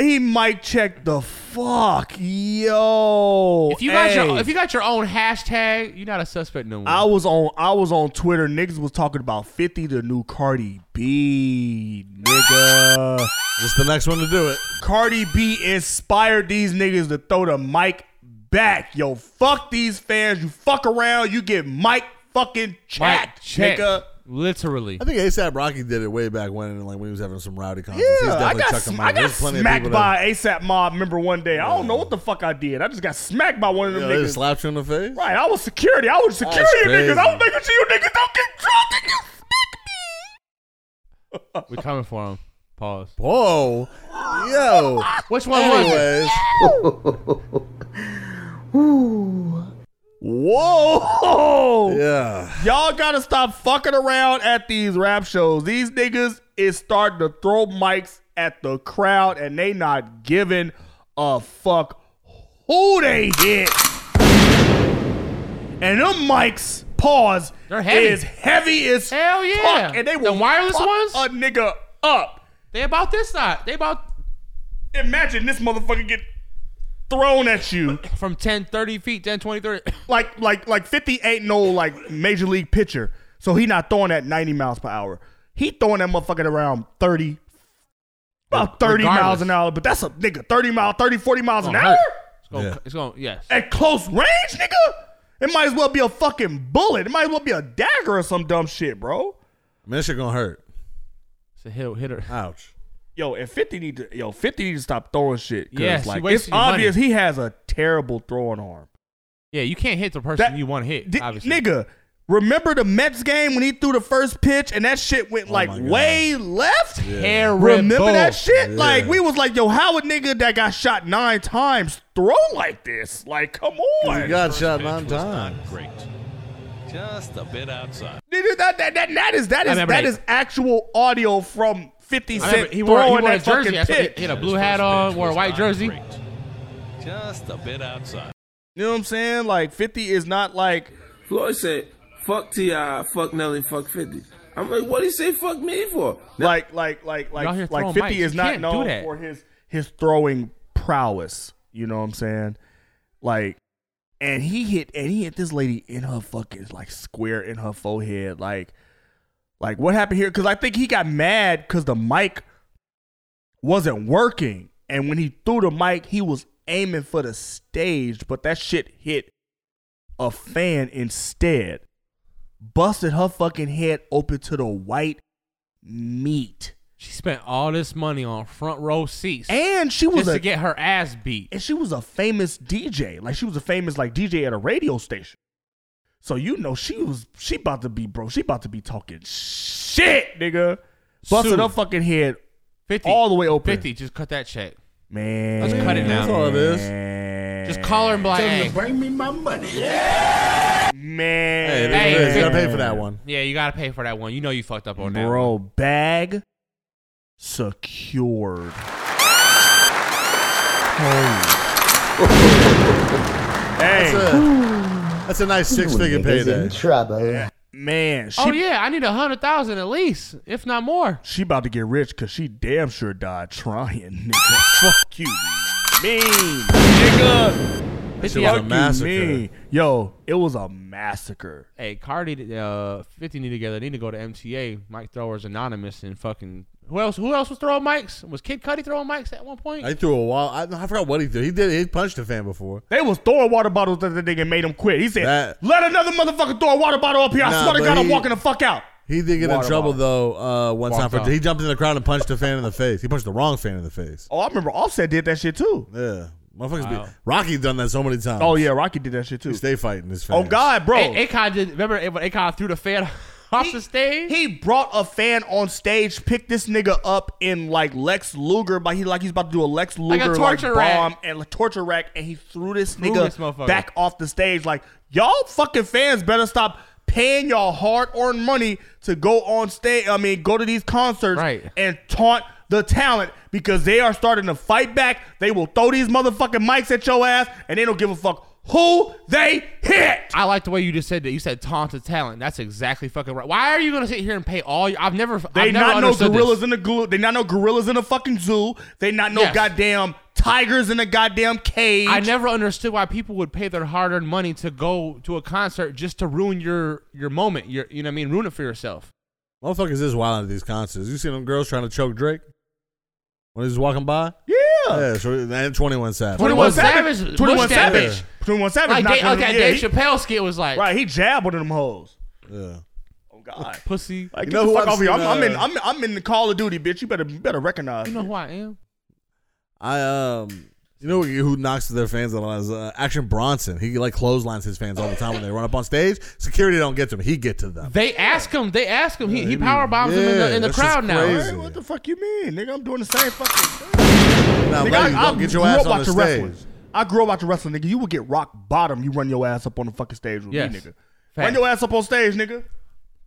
He might check the fuck, yo. If you got your Hey. if you got your own hashtag, you're not a suspect no more. I was on I was on Twitter. Niggas was talking about 50 the new Cardi B, nigga. Just the next one to do it. Cardi B inspired these niggas to throw the mic back. Yo, fuck these fans. You fuck around, you get mic fucking checked, checked. nigga. Literally. I think ASAP Rocky did it way back when, and like when he was having some rowdy contests. He's Yeah, I definitely got, chucking sm- mine. I got There's plenty smacked of people by ASAP Mob member one day. I don't know what the fuck I did. I just got smacked by one of that, them yeah, niggas. they slapped you in the face. Right, I was security. I was That's security niggas. crazy. I was making sure you niggas don't get drunk. and you- We're coming for him. Pause. Whoa. Yo. Which one was it? Whoa! Yeah. Y'all gotta stop fucking around at these rap shows. These niggas is starting to throw mics at the crowd and they not giving a fuck who they hit. And them mics, pause, They're heavy. is heavy as Hell yeah. fuck. And they the will wireless fuck ones? a nigga up. They about this side. They about Imagine this motherfucker get thrown at you from 10, 30 feet, 10, 20, 30. like like like 50 ain't no like major league pitcher. So he not throwing at 90 miles per hour. He throwing that motherfucker at around 30 about 30 miles Regardless. an hour, but that's a nigga 30 mile, 30 40 miles an Gonna hour hurt. It's going, it's going yes. at close range, nigga. It might as well be a fucking bullet. It might as well be a dagger or some dumb shit, bro. Man, that shit gonna hurt. It's a hill hitter. Ouch. Yo, and 50 need to yo, 50 need to stop throwing shit. 'cause, Yes, you like it's wasting your money. obvious he has a terrible throwing arm. Yeah, you can't hit the person you want to hit, Di- obviously. Nigga, remember the Mets game when he threw the first pitch and that shit went like way left? Terrible. Remember that shit? Yeah. Like we was like, yo, how a nigga that got shot nine times throw like this? Like, come on. You got shot nine times. Great. Just a bit outside. Nigga, that, that, that, that is that I is remember that that. is actual audio from 50 I Cent remember he wore, he throwing wore a that jersey. fucking That's what he- pitch. he had a blue hat on, wore a white jersey. Just a bit outside. You know what I'm saying? Like 50 is not like Floyd said, "Fuck Ti, fuck Nelly, fuck 50. I'm like, what do you say? Fuck me for? like like like Y'all here like like throwing 50 mics. is You not can't do known that. for his his throwing prowess you know what i'm saying like and he hit and he hit this lady in her fucking like square in her forehead like like what happened here because i think he got mad because the mic wasn't working and when he threw the mic he was aiming for the stage but that shit hit a fan instead busted her fucking head open to the white meat She spent all this money on front row seats. And she was just a- to get her ass beat. and she was a famous DJ. Like she was a famous like DJ at a radio station. So you know she was she about to be bro. She about to be talking shit, nigga. Busted Sue. her fucking head 50. all the way open. 50, just cut that check. Man, Let's cut it now. That's all it is. Just call her and be like, Tell him hey. to bring me my money. Man. Hey, it is what it is. You gotta pay for that one. Yeah, you gotta pay for that one. You know you fucked up on that. Bro, bag secured. Hey. That's a, that's a nice six figure payday. trouble. Man, she oh yeah, I need a hundred thousand at least, if not more. She about to get rich because she damn sure died trying, nigga. Fuck you, mean nigga. Bitch, yeah. Fuck you, mean. Yo, it was a massacre. Hey, Cardi, uh, Fifty need together. Need to go to MTA. Mike Throwers Anonymous and fucking who else? Who else was throwing mics? Was Kid Cudi throwing mics at one point? I threw a wall. I, I forgot what he threw. He did. He punched a fan before. They was throwing water bottles at the nigga and made him quit. He said, That- "Let another motherfucker throw a water bottle up here. I Nah, swear to but God, I'm he- walking the fuck out." He did get in Water trouble though. Uh, one Walked time for out. he jumped in the crowd and punched a fan in the face. He punched the wrong fan in the face. Oh, I remember Offset did that shit too. Yeah, motherfuckers. Wow. Be, Rocky done that so many times. Oh yeah, Rocky did that shit too. He stay fighting his Oh fans. God, bro. A- Akon did. Remember, when Akon threw the fan off the stage. He brought a fan on stage, picked this nigga up in like Lex Luger, but he like he's about to do a Lex Like a Luger like, torture rack. bomb and a torture rack, and he threw this Threw nigga this motherfucker. back off the stage. Like y'all fucking fans better stop paying y'all hard earned money to go on stage. I mean, go to these concerts and taunt the talent because they are starting to fight back. They will throw these motherfucking mics at your ass, and they don't give a fuck who they hit. I like the way you just said that. You said taunted talent. That's exactly fucking right. Why are you gonna sit here and pay all? Your, I've never. They I've never not know understood this. gorillas in the glue. They not know gorillas in a fucking zoo. They not know Yes. goddamn tigers in a goddamn cage. I never understood why people would pay their hard-earned money to go to a concert just to ruin your your moment. Your, you know what I mean? Ruin it for yourself. Motherfuckers is wild at these concerts. You see them girls trying to choke Drake when he's walking by? Yeah. Yeah, so, and 21 Savage. 21 Savage, Bush 21 Savage. Savage. 21 Savage. Like, knocked Dave- one of like them- that yeah, Dave he- Chappelle skit was like, Right, he jabbed one of them hoes. Yeah. Oh God, pussy! Like, get You know the who fuck I've off here. I'm, seen, I'm in. uh, I'm, I'm in the Call of Duty, bitch. You better you better recognize. you me. know who I am? I um, you know who knocks their fans a lot is uh, Action Bronson. He like clotheslines his fans all the time when they run up on stage. Security don't get to him. He get to them. They ask him. They ask him. He, he power bombs him in Yeah, the, in the that's just crowd now. crazy. What the fuck you mean, nigga? I'm doing the same fucking. Now, Nigga, ladies, don't get your ass on the watching stage. wrestling. I grew up watching wrestling, nigga. You would get rock bottom. You run your ass up on the fucking stage with Yes. me, nigga. Facts. Run your ass up on stage, nigga.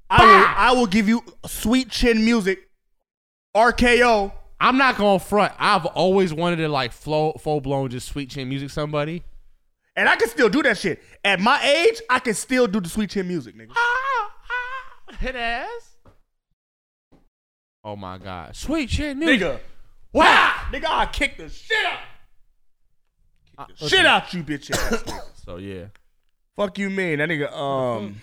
I will, I will give you sweet chin music. RKO. I'm not going to front. I've always wanted to like flow, full blown, just sweet chin music somebody. And I can still do that shit. At my age, I can still do the sweet chin music, nigga. Hit ass. Oh my god, sweet chin music. Nigga. Wow. Nigga, I kick the shit out. Kick the Uh, shit out you bitch ass. nigga. So yeah, Fuck you mean? That nigga um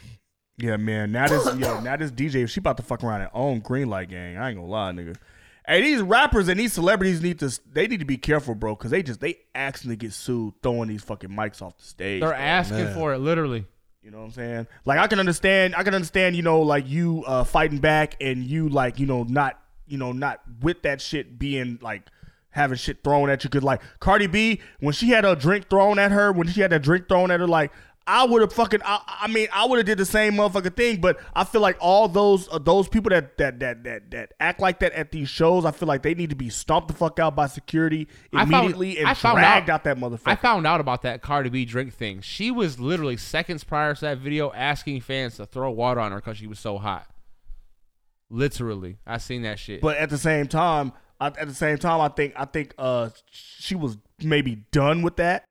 Yeah, man. Now this yo, now this DJ, she about to fuck around and own green light gang. I ain't gonna lie, nigga. Hey, these rappers and these celebrities need to they need to be careful, bro, cause they just they accidentally get sued throwing these fucking mics off the stage. they're bro. asking for it literally. You know what I'm saying? Like I can understand, I can understand, you know, like you uh fighting back and you like, you know, not, you know, not with that shit being like having shit thrown at you. Cause like Cardi B, when she had a drink thrown at her, when she had that drink thrown at her, like I would have fucking, I, I mean, I would have did the same motherfucking thing. But I feel like all those uh, those people that that that that that act like that at these shows, I feel like they need to be stomped the fuck out by security I found- immediately I and found dragged out- out that motherfucker. I found out about that Cardi B drink thing. She was literally seconds prior to that video asking fans to throw water on her because she was so hot. Literally, I seen that shit. But at the same time, I, at the same time, I think I think uh she was maybe done with that,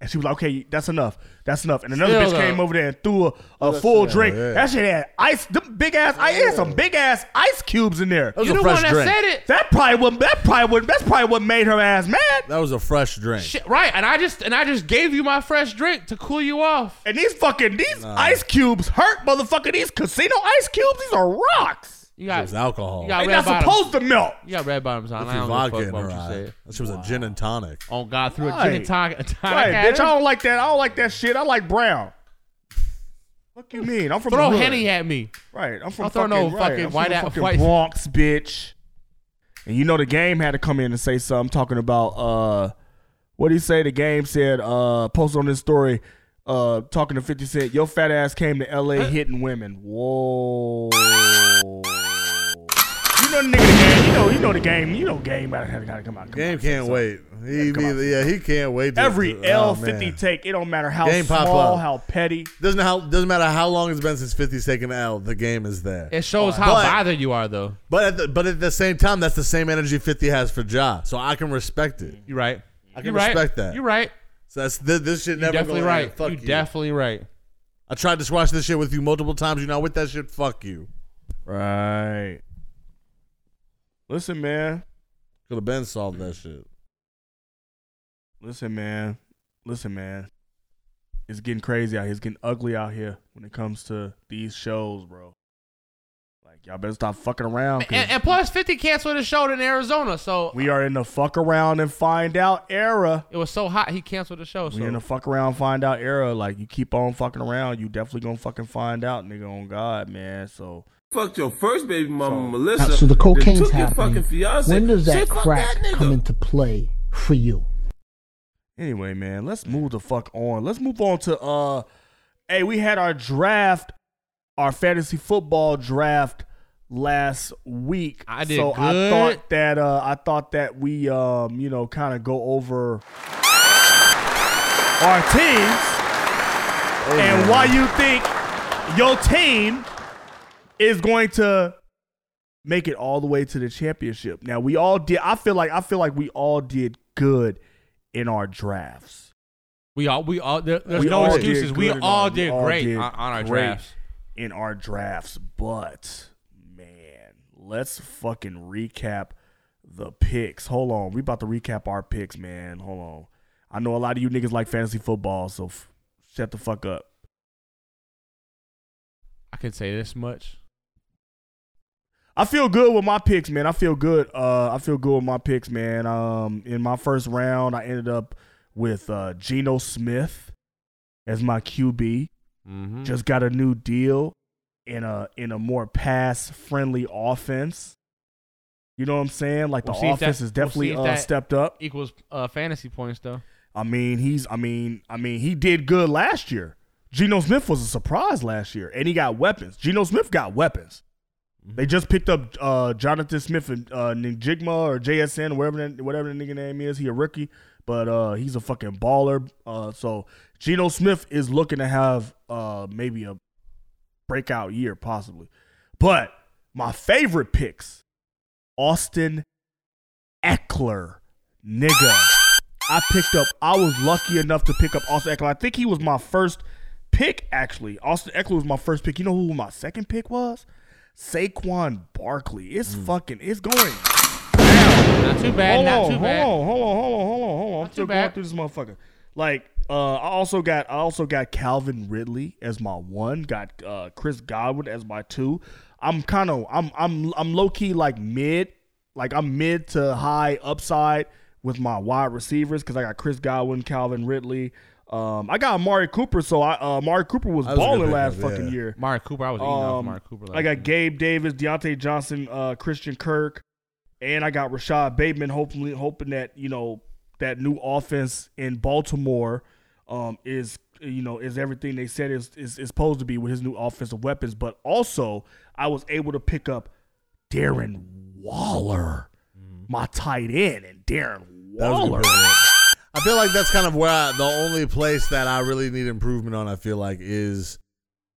and she was like, "Okay, that's enough. That's enough." And another Still bitch though. came over there and threw a, a That's- full yeah, drink. yeah. That shit had ice, them big ass, I had some big ass ice cubes in there. was you a the one fresh that drink. said it. That probably would. That probably would. That's probably what made her ass mad. That was a fresh drink. Shit, right, and I just and I just gave you my fresh drink to cool you off. And these fucking these ice cubes hurt, motherfucker. These casino ice cubes, these are rocks. You It got was alcohol. You got They're red not bottoms. supposed to melt. You got red bottoms on. With I don't vodka give a in fuck about her what you eye. said. That shit was a gin and tonic. Oh God, threw a Right. gin and tonic. tonic Right, at bitch. her. I don't like that. I don't like that shit. I like brown. Fuck you mean? I'm from Throw the hood. henny at me. Right, I'm from I'll throw fucking, no right, fucking I'm from white the ass- fucking white- Bronx, bitch. And you know the game had to come in and say something. Talking about uh, what he say? The game said uh, posted on this story. Uh, talking to Fifty Cent, your fat ass came to L.A. hitting women. Whoa. You know the nigga the game. You know you know the game. You know game. Gotta, gotta, gotta come out. Come Game out, can't say wait. He come be- yeah, he can't wait. to- Every oh, L Fifty man. take. It don't matter how Game pop small, up. how petty. Doesn't how doesn't matter how long it's been since 50's taken L. The game is there. It shows how But- bothered you are, though. But at the, but at the same time, that's the same energy 50 has for Ja. So I can respect it. You're right. I You're can right. respect that. You're right. So that's this, this shit You're never definitely gonna end. right. Fuck You're definitely right. I tried to watch this shit with you multiple times. You're not with that shit. Fuck you. Right. Listen, man. Could have been solved that shit. Listen, man. Listen, man. It's getting crazy out here. It's getting ugly out here when it comes to these shows, bro. Like, y'all better stop fucking around. 'cause And, and plus, Fifty canceled his show in Arizona, so we are in the fuck around and find out era. it was so hot he canceled the show. So We're in the fuck around, find out era. Like, you keep on fucking around, you definitely gonna fucking find out, nigga, on God, man. So, Fucked your first baby mama, Melissa. so the then cocaine's took your fucking happening. fiance. When does Shit, that fuck crack that nigga. come into play for you? Anyway, man, let's move the fuck on. Let's move on to uh hey, we had our draft, our fantasy football draft last week. I did so I good. thought that uh I thought that we um, you know, kind of go over our teams Oh, and why you think your team is going to make it all the way to the championship. Now we all did I feel like I feel like we all did good in our drafts. We all we all there, there's We no all did excuses. We good in all our- did all great did on, on our great drafts. In our drafts, but man, let's fucking recap the picks. Hold on, we about to recap our picks, man. Hold on. I know a lot of you niggas like fantasy football, so f- shut the fuck up. I can say this much. I feel good with my picks, man. I feel good. Uh, I feel good with my picks, man. Um, in my first round, I ended up with uh, Geno Smith as my QB. Mhm. Just got a new deal in a in a more pass friendly offense. You know what I'm saying? Like We'll see the if that- offense is we'll definitely see if uh, that stepped up. Equals uh, fantasy points though. I mean, he's. I mean, I mean, he did good last year. Geno Smith was a surprise last year, and he got weapons. Geno Smith got weapons. They just picked up uh, Jonathan Smith and uh, Ninjigma or JSN, whatever that, whatever the nigga name is. He a rookie, but uh, he's a fucking baller. Uh, so Geno Smith is looking to have uh, maybe a breakout year, possibly. But my favorite picks, Austin Eckler, nigga. I picked up. I was lucky enough to pick up Austin Eckler. I think he was my first pick, actually. Austin Eckler was my first pick. You know who my second pick was? Saquon Barkley. It's fucking. It's going. Not too bad. Hold not on, too hold bad. on, hold on, hold on, hold on, hold on. I'm too still going bad. through this motherfucker. Like, uh, I also got I also got Calvin Ridley as my one. Got uh, Chris Godwin as my two. I'm kind of I'm I'm I'm low key like mid, like I'm mid to high upside with my wide receivers because I got Chris Godwin, Calvin Ridley. Um, I got Amari Cooper, so I uh, Amari Cooper was, That was a good balling pickup, last fucking yeah. year. Amari Cooper, I was eating off Amari Cooper last Um, I got Gabe Davis, Deontay Johnson, uh, Christian Kirk, and I got Rashad Bateman. Hopefully, hoping that you know that new offense in Baltimore um, is you know is everything they said is, is is supposed to be with his new offensive weapons. But also, I was able to pick up Darren Waller, my tight end, and Darren Mm-hmm. That was a good Waller. pick. I feel like that's kind of where I, the only place that I really need improvement on. I feel like is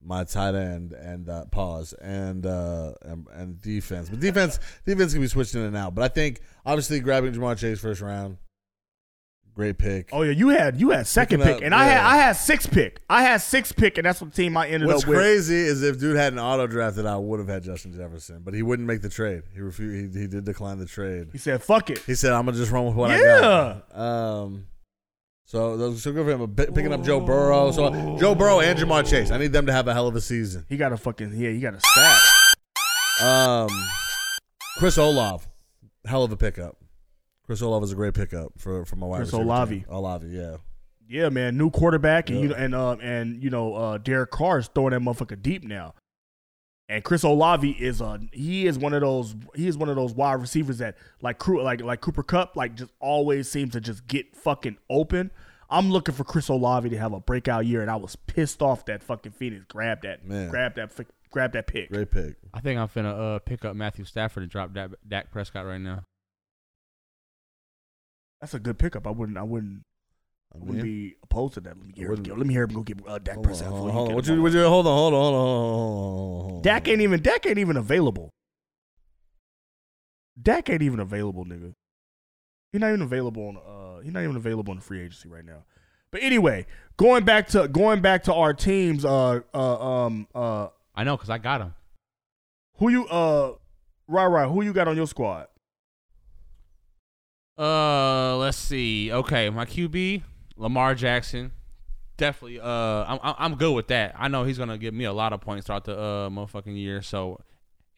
my tight end and uh, pause and, uh, and and defense. But defense defense can be switched in and out. But I think obviously grabbing Jamar Chase first round, great pick. Oh yeah, you had you had second Picking pick, up, and I had yeah. I had six pick. I had six pick, and that's what team I ended What's up with. crazy is if dude had an auto draft that I would have had Justin Jefferson, but he wouldn't make the trade. He refused. He, he did decline the trade. He said, "Fuck it." He said, "I'm gonna just run with what I got." Yeah. Um. So those so good for him. But pi- Picking up Joe Burrow. So Joe Burrow and Jamar Chase. I need them to have a hell of a season. He got a fucking yeah. He got a stack. Um. Chris Olav, hell of a pickup. Chris Olav is a great pickup for for my wide Chris receiver Olave. team. Olave, yeah. Yeah, man, new quarterback, and you know, and um, and you know, uh, Derek Carr is throwing that motherfucker deep now. And Chris Olave is a he is one of those he is one of those wide receivers that like Cru- like like Cooper Cup like just always seems to just get fucking open. I'm looking for Chris Olave to have a breakout year, and I was pissed off that fucking Phoenix grabbed that Man. grabbed that fi- grabbed that pick. Great pick. I think I'm finna uh, pick up Matthew Stafford and drop Dak, Dak Prescott right now. That's a good pickup. I wouldn't I wouldn't I wouldn't be opposed to that. Let me hear him. wouldn't- Go, let me hear him go get uh, Dak Hold on, Prescott. hold before on, he hold get on. him What you, what you, hold on, hold on, hold on, hold on, hold on. Dak ain't even Dak ain't even available. Dak ain't even available, nigga. He's not even available on uh he's not even available on the free agency right now. But anyway, going back to going back to our teams, uh uh um uh I know, cause I got him. who you uh right right who you got on your squad? Uh, let's see. Okay, my QB Lamar Jackson. Definitely. Uh, I'm I'm- I'm good with that. I know he's gonna give me a lot of points throughout the uh motherfucking year. So,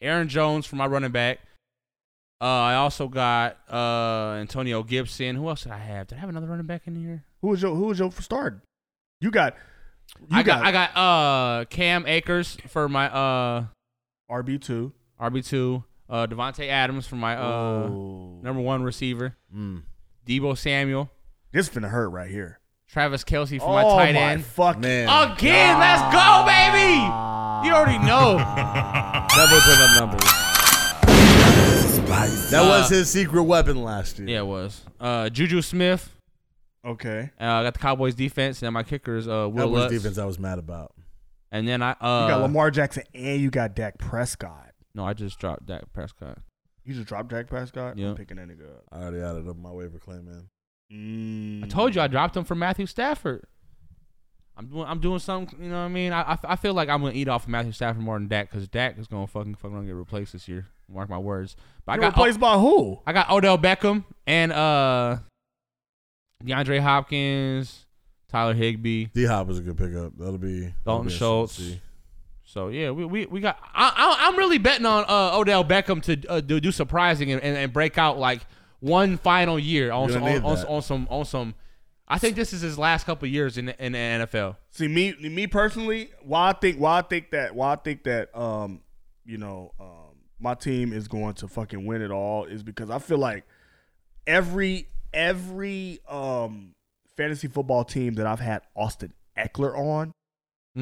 Aaron Jones for my running back. Uh, I also got uh Antonio Gibson. Who else did I have? Did I have another running back in here? Who was your who was your starter? You got you I got, I got uh Cam Akers for my uh RB two. RB two. Uh Devontae Adams for my uh Oh. number one receiver. Mm. Debo Samuel. This finna hurt right here. Travis Kelsey for my Oh tight my end. fucking- Again, let's go, baby. You already know. That boy putting up numbers. That was Uh, his secret weapon last year. Yeah, it was. Uh Juju Smith. Okay. Uh, I got the Cowboys defense, and then my kicker is uh Will That Lutz. was defense I was mad about. And then I uh you got Lamar Jackson and you got Dak Prescott. No, I just dropped Dak Prescott. You just dropped Dak Prescott? Yeah. I'm picking that nigga up. I already added up my waiver claim, man. I told you I dropped him for Matthew Stafford. I'm doing, I'm doing something. You know what I mean? I, I, I feel like I'm gonna eat off of Matthew Stafford more than Dak because Dak is gonna fucking fucking gonna get replaced this year. Mark my words. But I Get got replaced by who? I got Odell Beckham and uh DeAndre Hopkins, Tyler Higby, D Hop is a good pickup. That'll be that'll Dalton be interesting to Schultz. see. So yeah, we we, we got. I, I I'm really betting on uh, Odell Beckham to uh, do, do surprising and, and, and break out like one final year on You're some gonna on, need on, that. on some on some. I think this is his last couple years in the, in the NFL. See me, me personally. Why I think, why I think that, why I think that, um, you know, um, my team is going to fucking win it all is because I feel like every every um fantasy football team that I've had Austin Eckler on,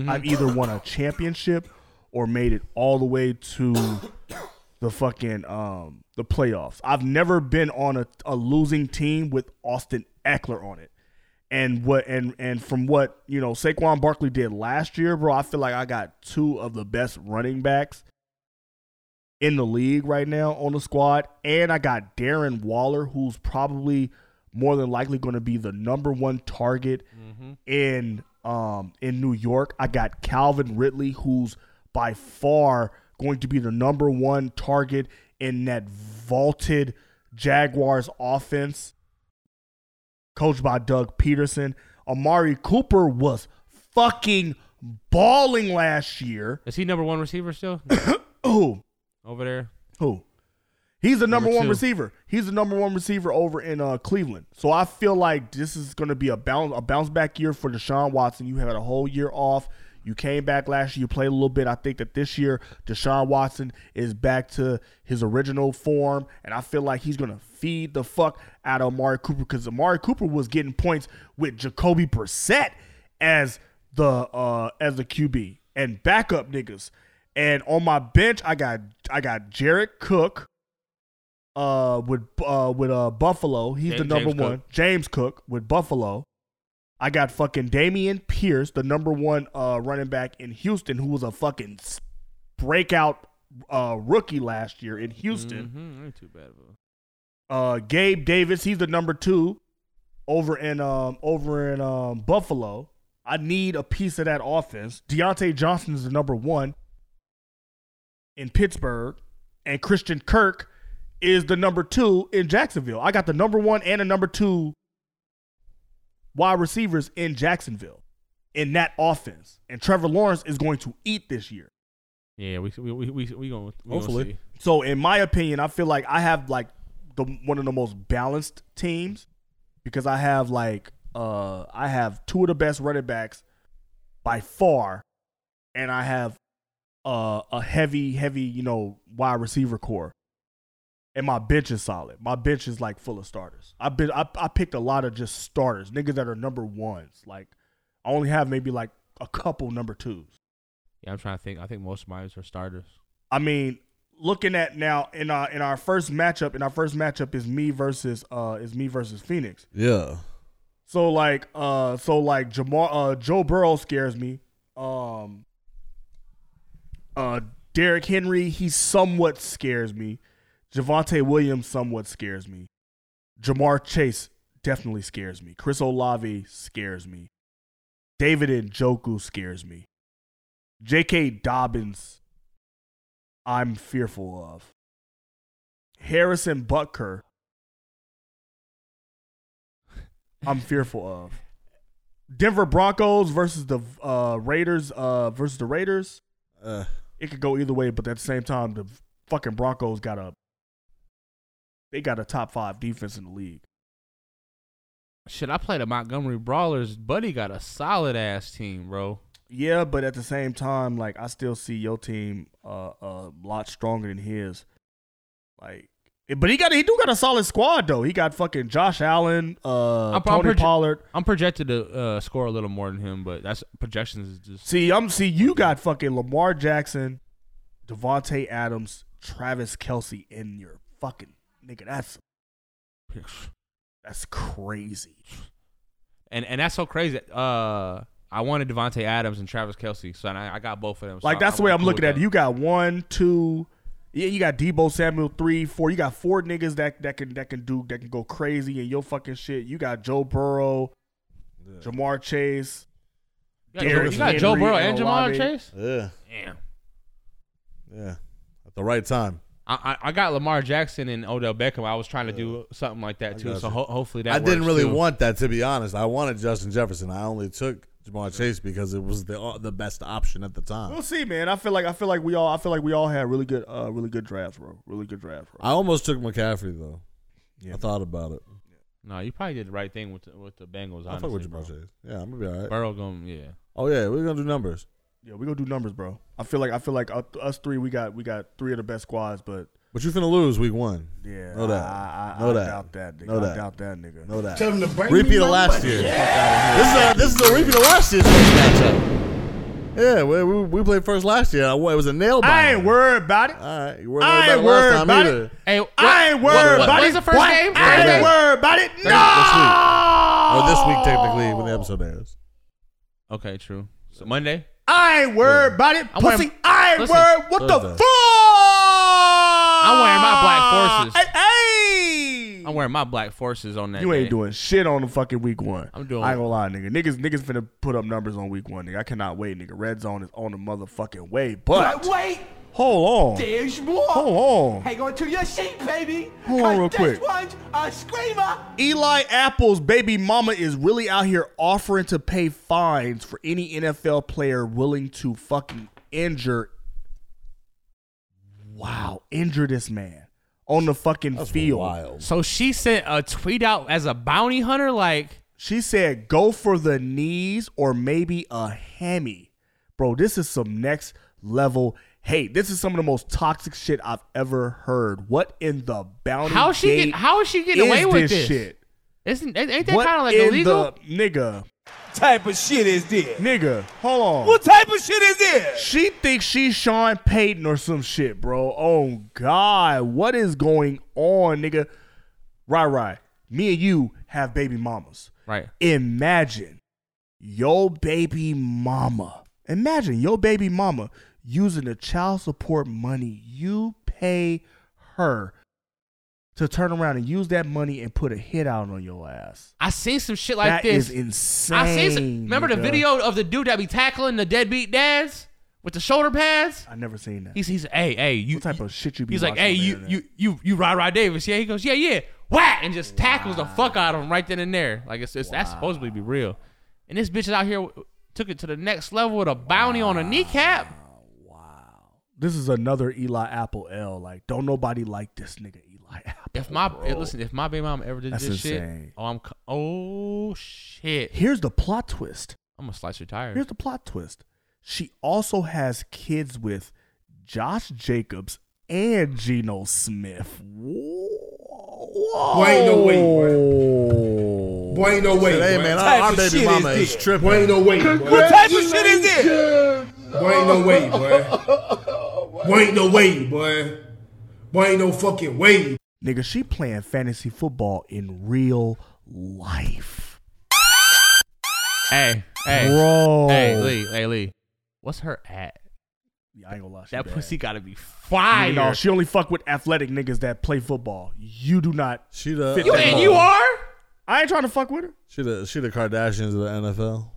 I've either won a championship or made it all the way to the fucking um the playoffs. I've never been on a, a losing team with Austin Eckler on it. And what and and from what you know Saquon Barkley did last year, bro, I feel like I got two of the best running backs in the league right now on the squad. And I got Darren Waller, who's probably more than likely going to be the number one target in um, in New York. I got Calvin Ridley, who's by far going to be the number one target in that vaulted Jaguars offense, coached by Doug Peterson. Amari Cooper was fucking balling last year. Is he number one receiver still Who? over there? Who? He's the number, Number one two. receiver. He's the number one receiver over in uh, Cleveland. So I feel like this is going to be a bounce a bounce back year for Deshaun Watson. You had a whole year off. You came back last year. You played a little bit. I think that this year Deshaun Watson is back to his original form, and I feel like he's going to feed the fuck out of Amari Cooper because Amari Cooper was getting points with Jacoby Brissett as the uh as the QB and backup niggas. And on my bench, I got I got Jared Cook, uh with uh with uh Buffalo. He's Ja- the number James one. Cook. James Cook with Buffalo. I got fucking Damian Pierce, the number one uh running back in Houston, who was a fucking s- breakout uh rookie last year in Houston. Mhm, ain't too bad of a. Uh Gabe Davis, he's the number two over in um over in um Buffalo. I need a piece of that offense. Deontay Johnson is the number one in Pittsburgh, and Christian Kirk is the number two in Jacksonville. I got the number one and the number two wide receivers in Jacksonville in that offense. And Trevor Lawrence is going to eat this year. Yeah, we we we we, we going we Hopefully. Gonna see. So in my opinion, I feel like I have like the one of the most balanced teams because I have like uh I have two of the best running backs by far, and I have uh a heavy, heavy, you know, wide receiver core. And my bench is solid. My bench is like full of starters. I've been I, I picked a lot of just starters, niggas that are number ones. Like I only have maybe like a couple number twos. Yeah, I'm trying to think. I think most of mine are starters. I mean, looking at now in our in our first matchup, in our first matchup is me versus uh is me versus Phoenix. Yeah. So like uh so like Jamar uh Joe Burrow scares me. Um uh Derrick Henry, he somewhat scares me. Javante Williams somewhat scares me. Jamar Chase definitely scares me. Chris Olave scares me. David Njoku scares me. J.K. Dobbins, I'm fearful of. Harrison Butker, I'm fearful of. Denver Broncos versus the uh, Raiders uh, versus the Raiders. Uh, it could go either way, but at the same time, the fucking Broncos got a they got a top five defense in the league. Shit, I played the Montgomery Brawlers. Buddy got a solid ass team, bro. Yeah, but at the same time, like I still see your team uh, a lot stronger than his. Like, but he got he do got a solid squad though. He got fucking Josh Allen, uh, I'm- I'm Tony proje- Pollard. I'm projected to uh, score a little more than him, but that's projections is just See, I'm see you got fucking Lamar Jackson, Devontae Adams, Travis Kelsey in your fucking nigga. That's that's crazy. and and that's so crazy. Uh, I wanted Devonte Adams and Travis Kelsey, so I, I got both of them. so Like I- that's the way I'm cool looking with at it. that. You got one, two, yeah, you got Debo Samuel three, four. You got four niggas that that can that can do that can go crazy and your fucking shit. You got Joe Burrow, Jamar Chase, You got Joe- you got Joe Burrow and Jamar Olave. Chase. Yeah. Damn. Yeah. At the right time. I, I I got Lamar Jackson and Odell Beckham. I was trying to do something like that too. got So you. ho- hopefully that I didn't works, really too. want that to be honest. I wanted Justin Jefferson. I only took Jamar Chase because it was the uh, the best option at the time. We'll see, man. I feel like I feel like we all I feel like we all had really good uh really good drafts, bro. Really good drafts, bro. I almost took McCaffrey though. I thought about it. No, you probably did the right thing with the, with the Bengals. I Honestly, fuck with bro. Jamar Chase. Yeah, I'm gonna be all right. Burrow going yeah. Oh yeah, we're gonna do numbers. Yeah, we gonna do numbers, bro. I feel like I feel like uh, us three we got we got three of the best squads, but But you finna lose week one. Yeah, know that. I- I- know I that. doubt that, nigga. Know I that. doubt that, nigga. Know that. Tell him to bring repeat me of last numbers. year. Yeah. This is a this is a repeat of last year's first matchup. Yeah, we, we, we played first last year. I, it was a nail. I ain't worried about it. All right, you worried I about ain't it last worried time about either. it. I ain't worried What- what- about it. when's the first What? game? I Thursday? ain't worried about it. Thursday- This No. week. Or this week technically when the episode airs. Okay, true. So Monday. I ain't worried about it, wearing- pussy. I ain't Listen. worried. What the Thursday. fuck? I'm wearing my black forces. Hey, I'm wearing my black forces on that. You ain't day. doing shit on the fucking week one. I'm doing- I ain't gonna lie, nigga. Niggas, niggas finna put up numbers on week one, nigga. I cannot wait, nigga. Red zone is on the motherfucking way, but wait, hold on. there's more. Hold on. Hang on to your seat, baby. Hold on 'cause real this quick. one's a screamer. Eli Apple's baby mama is really out here offering to pay fines for any NFL player willing to fucking injure. Wow, injure this man on the fucking field. So she sent a tweet out as a bounty hunter, like she said, "Go for the knees or maybe a hammy, bro. This is some next level." hate. this is some of the most toxic shit I've ever heard. What in the bounty? How she get- gate how is she getting is away with this? shit? Isn't ain't that What kind of like in illegal? The, nigga. Type of shit is this? Nigga, hold on. What type of shit is this? She thinks she's Sean Payton or some shit, bro. Oh God, what is going on, nigga? Right, right. Me and you have baby mamas. Right. Imagine your baby mama. Imagine your baby mama using the child support money you pay her to turn around and use that money and put a hit out on your ass. I seen some shit like That this. is insane, I seen some, remember the nigga. video of the dude that be tackling the deadbeat dads with the shoulder pads? I never seen that. He's he's hey hey you. What type of shit you be? He's like, watching hey on the you internet? you you you Rod Rod Davis, yeah. He goes, yeah yeah, whack, and just tackles the fuck out of him right then and there. Like it's, it's that's supposedly be real. And this bitch is out here w- took it to the next level with a bounty on a kneecap. This is another Eli Apple L. Like, don't nobody like this nigga Eli Apple. If my eh, listen, if my baby mom ever did That's this shit, insane. oh I'm c- oh shit, Here's the plot twist. I'm gonna slice your tires. Here's the plot twist. She also has kids with Josh Jacobs and Geno Smith. Whoa. Boy, ain't no way, way. Boy, ain't no way. Hey, man, boy. our- our baby mama is this? tripping. Boy, ain't no way. boy. What type of shit is this? Boy, ain't no way, boy. Boy, ain't no way, boy. Boy, ain't no fucking way. Nigga, she playing fantasy football in real life. Hey, hey, Bro. hey Lee, hey Lee, what's her at? Yeah, I ain't gonna lie. she That bad. pussy gotta be fire. No, she only fuck with athletic niggas that play football. You do not. She the fit you that and mold. you are. I ain't trying to fuck with her. She the she the Kardashians of the NFL.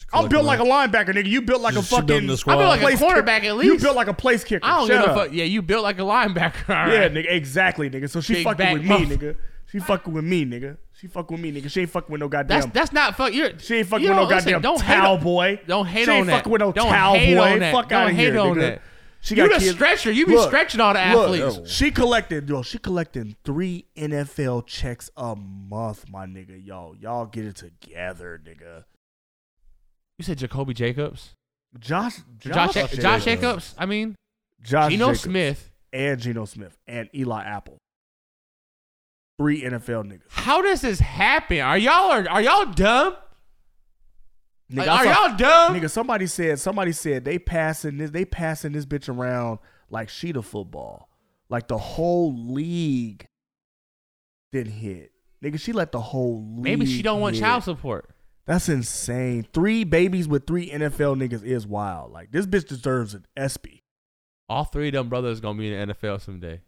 She I'm built collecting like a them. linebacker, nigga. You built like a She- she built fucking. in the squad. I built like a cornerback kick- at You least. built like a place kicker. I don't Shut give a up. fuck. Yeah, you built like a linebacker. All Yeah, right. nigga, exactly, nigga. So she Big back fucking with muff. me, nigga. She fucking with me, nigga. She fucking with me, nigga. She ain't fucking with no goddamn. That's that's not fuck. You're she ain't fucking you with no don't- listen, goddamn don't hate towel on- boy. Don't hate she on ain't that. fucking with no don't towel hate boy. on that. Fuck don't out of hate here, on nigga. that. She you got the kids- stretcher. You be Look, stretching all the look, athletes. She collected, yo. She collecting three NFL checks a month, my nigga. Y'all, y'all get it together, nigga. You said Jacoby Jacobs, Josh, Josh, Josh, Josh, Josh Jacobs. I mean, Josh Geno Jacobs. Smith. and Geno Smith and Eli Apple. Three NFL niggas. How does this happen? Are y'all are, are y'all dumb? Nigga, Are I saw- y'all dumb? Nigga, somebody said somebody said they passing this they passing this bitch around like she the football, like the whole league didn't hit. Nigga, she let the whole league. Maybe she don't want hit. child support. That's insane. Three babies with three NFL niggas is wild. Like this bitch deserves an ESPY. All three of them brothers gonna be in the NFL someday.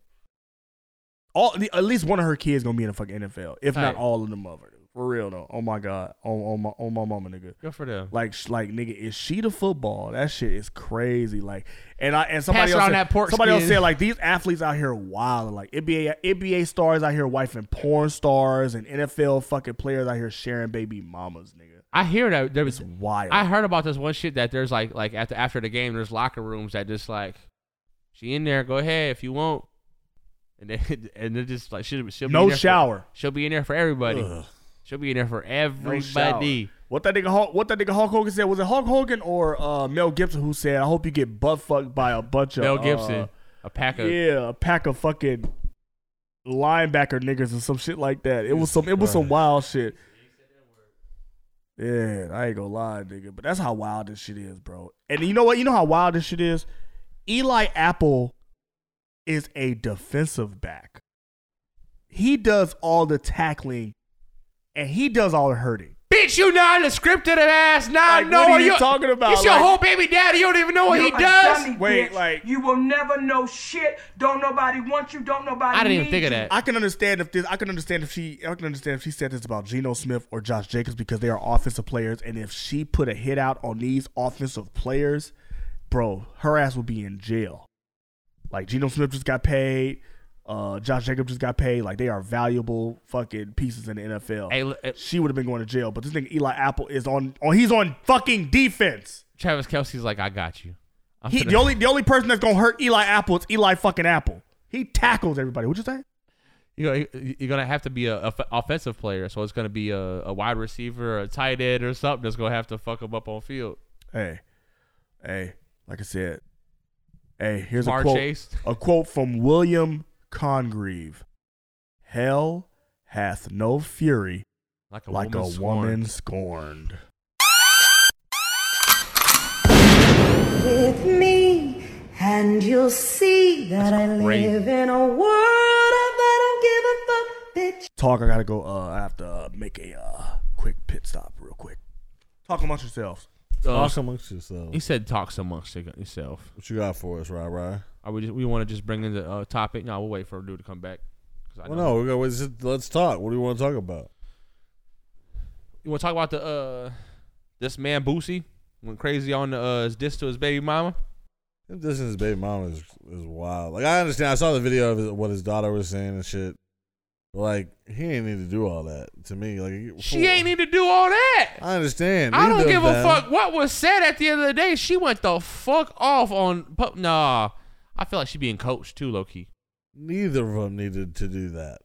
All at least one of her kids gonna be in the fucking NFL, if not Right. all of them of her. For real though. Oh my god. Oh, oh my oh my mama nigga. Good for them. Like sh- like nigga, is she the football? That shit is crazy. Like and I and somebody Pass else around said, that pork somebody else skin. said like these athletes out here wild. Like NBA NBA stars out here wifing porn stars and NFL fucking players out here sharing baby mamas, nigga. I hear that there was wild. I heard about this one shit that there's like like after after the game there's locker rooms that just like she in there go ahead if you want and then and then just like she'll, she'll No be in there for- shower. she'll be in there for everybody Ugh. she'll be in there for No shower. everybody what that nigga Hulk, what that nigga Hulk Hogan said was it Hulk Hogan or uh, Mel Gibson who said I hope you get butt fucked by a bunch of Mel uh, Gibson a pack of yeah a pack of fucking linebacker niggas or some shit like that. It was some it was some wild shit. Yeah, I ain't gonna lie, nigga, but that's how wild this shit is, bro. And you know what? You know how wild this shit is. Eli Apple is a defensive back. He does all the tackling, and he does all the hurting. bitch you not in the scripted ass now Like, know what are or you talking about? it's your Like- whole baby daddy you don't even know what he You're a dummy, does bitch. you will never know shit. Don't nobody want you. Don't nobody. need you. I can understand if this. I can understand if she. I can understand if she said this about Geno Smith or Josh Jacobs because they are offensive players, and if she put a hit out on these offensive players, bro, her ass would be in jail. Like Geno Smith just got paid. Uh, Josh Jacobs just got paid. Like they are valuable fucking pieces in the NFL. she would have been going to jail, but this nigga Eli Apple is on. On he's on fucking defense. Travis Kelsey's like I got you I'm He, finna- the only the only person that's gonna hurt Eli Apple is Eli fucking Apple. He tackles everybody. What you say? you know, you- you're gonna have to be a, a f- offensive player, so it's gonna be a, a wide receiver, a tight end, or something that's gonna have to fuck him up on field. Hey, hey, like I said, hey, here's Jamar a quote. Chase. A quote from William Congreve: "Hell hath no fury Like a like woman Uh, a scorned." woman scorned." with me, and you'll see that I crazy. live in a world of I don't give a fuck, bitch. Talk. I gotta go. Uh, I have to uh, make a uh, quick pit stop real quick. Talk amongst yourselves. Talk amongst yourselves. He said, "Talks amongst y- yourself." What you got for us, Rye Rye? Are we just, we want to just bring in the uh, topic? No, we'll wait for a dude to come back. 'Cause I Well, know- no, we're gonna, let's just- let's talk. What do you want to talk about? You want to talk about the uh, this man Boosie went crazy on the, uh, his diss to his baby mama? Him dissing his baby mama is, is wild. Like I understand, I saw the video of his, what his daughter was saying and shit. But like he ain't need to do all that to me. Like She ain't need to do all that. I understand. I don't Neither give of a them. fuck what was said at the end of the day. She went the fuck off on. pu- Nah, I feel like she being coached too, low key. Neither of them needed to do that.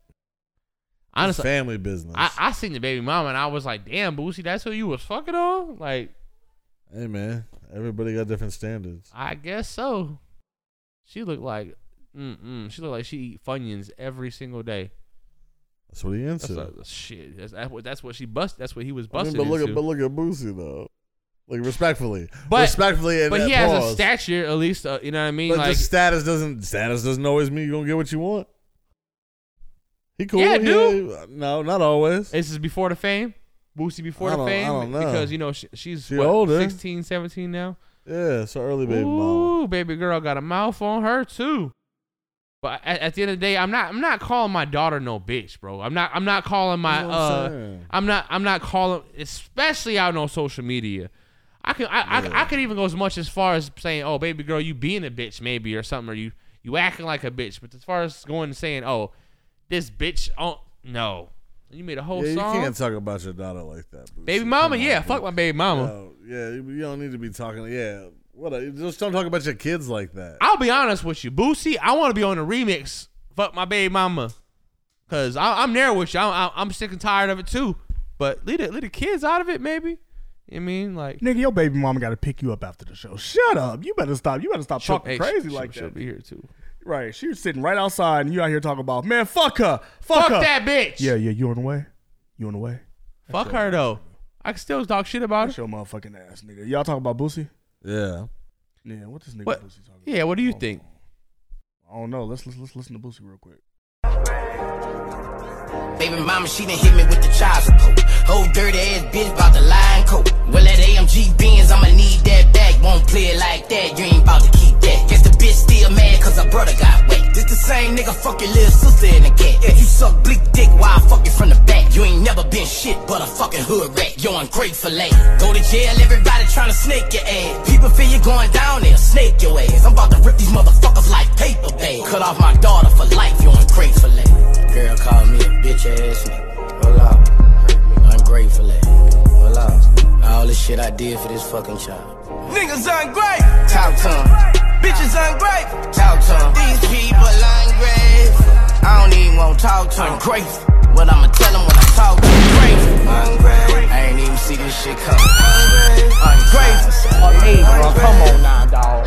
Honestly, family business. I, I seen the baby mama and I was like, damn, Boosie, that's who you was fucking on? Like, hey man, everybody got different standards. I guess so. She looked like, mm-mm. She looked like she eat Funyuns every single day. That's what he That's into. like, shit. That's, that's what, that's what she bust. That's what he was I mean, busting but look into. at but look at Boosie though. Like respectfully, But- respectfully, and but and he has pause. a stature, at least. Uh, you know what I mean? But like, just status doesn't status doesn't always mean you're gonna get what you want. He cool. Yeah, he- dude. no, not always. This is before the fame. Boosie before I the don't- I fame. don't know. Because you know she, she's She what, older. 16, 17 now. Yeah, so early baby Ooh, mama. baby girl got a mouth on her too. But at, at the end of the day, I'm not I'm not calling my daughter no bitch, bro. I'm not I'm not calling my You know what I'm uh saying? I'm not I'm not calling especially out on social media. I could I, I I could even go as much as far as saying, "Oh, baby girl, you being a bitch maybe or something or you you acting like a bitch." But as far as going and saying, "Oh, this bitch oh no." You made a whole yeah, song. you can't talk about your daughter like that. Boosie. Baby mama, Come on, yeah, bro. fuck my baby mama. No, yeah, you you don't need to be talking. Yeah, what? a- Just don't talk about your kids like that. I'll be honest with you, Boosie. I want to be on the remix. Fuck my baby mama, cause I, I'm there with you. I'm, I'm sick and tired of it too. But leave the, leave the kids out of it, maybe. You mean like Nigga, your baby mama got to pick you up after the show. Shut up. You better stop. You better stop She'll- talking hey, crazy she'll- like she'll that. be here too. Right. She was sitting right outside and you out here talking about, man, fuck her. Fuck, Fuck her. that bitch. Yeah, yeah. You on the way? You on the way? fuck her though? I can still talk shit about her. Show motherfucking ass, nigga. Y'all talking about Boosie? Yeah. Yeah, what this nigga What? Boosie talking Yeah, what do you think? about? I don't know. Let's, let's, let's listen to Boosie real quick. Baby mama, she done hit me with the child support. Whole dirty ass bitch bout the line coat. Well, that AMG Benz, I'ma need that back. Won't play it like that, you ain't bout to keep that. Guess the bitch still still mad cause her brother got whacked. This the same nigga fuck your little sister in the cat. If you suck bleak dick, why I fuck you from the back? You ain't never been shit but a fucking hood rat. Yo, ungrateful ass. Go to jail, everybody tryna snake your ass. People feel you going down there, snake your ass. I'm about to rip these motherfuckers like paper bags. Cut off my daughter for life, you ungrateful ass. Girl called me a bitch ass nigga. Hold up, ungrateful ass. Hold up. All this shit I did for this fucking child. Niggas ungrateful. Talk to 'em. Bitches ungrateful. Talk to 'em. These people ungrateful. I don't even want to talk to 'em. Ungrateful. What I'ma tell 'em when I talk to 'em. Grateful. Ungrateful. I ain't even see this shit coming. Ungrateful. Ungrateful. Hey, bro, come on now, dog.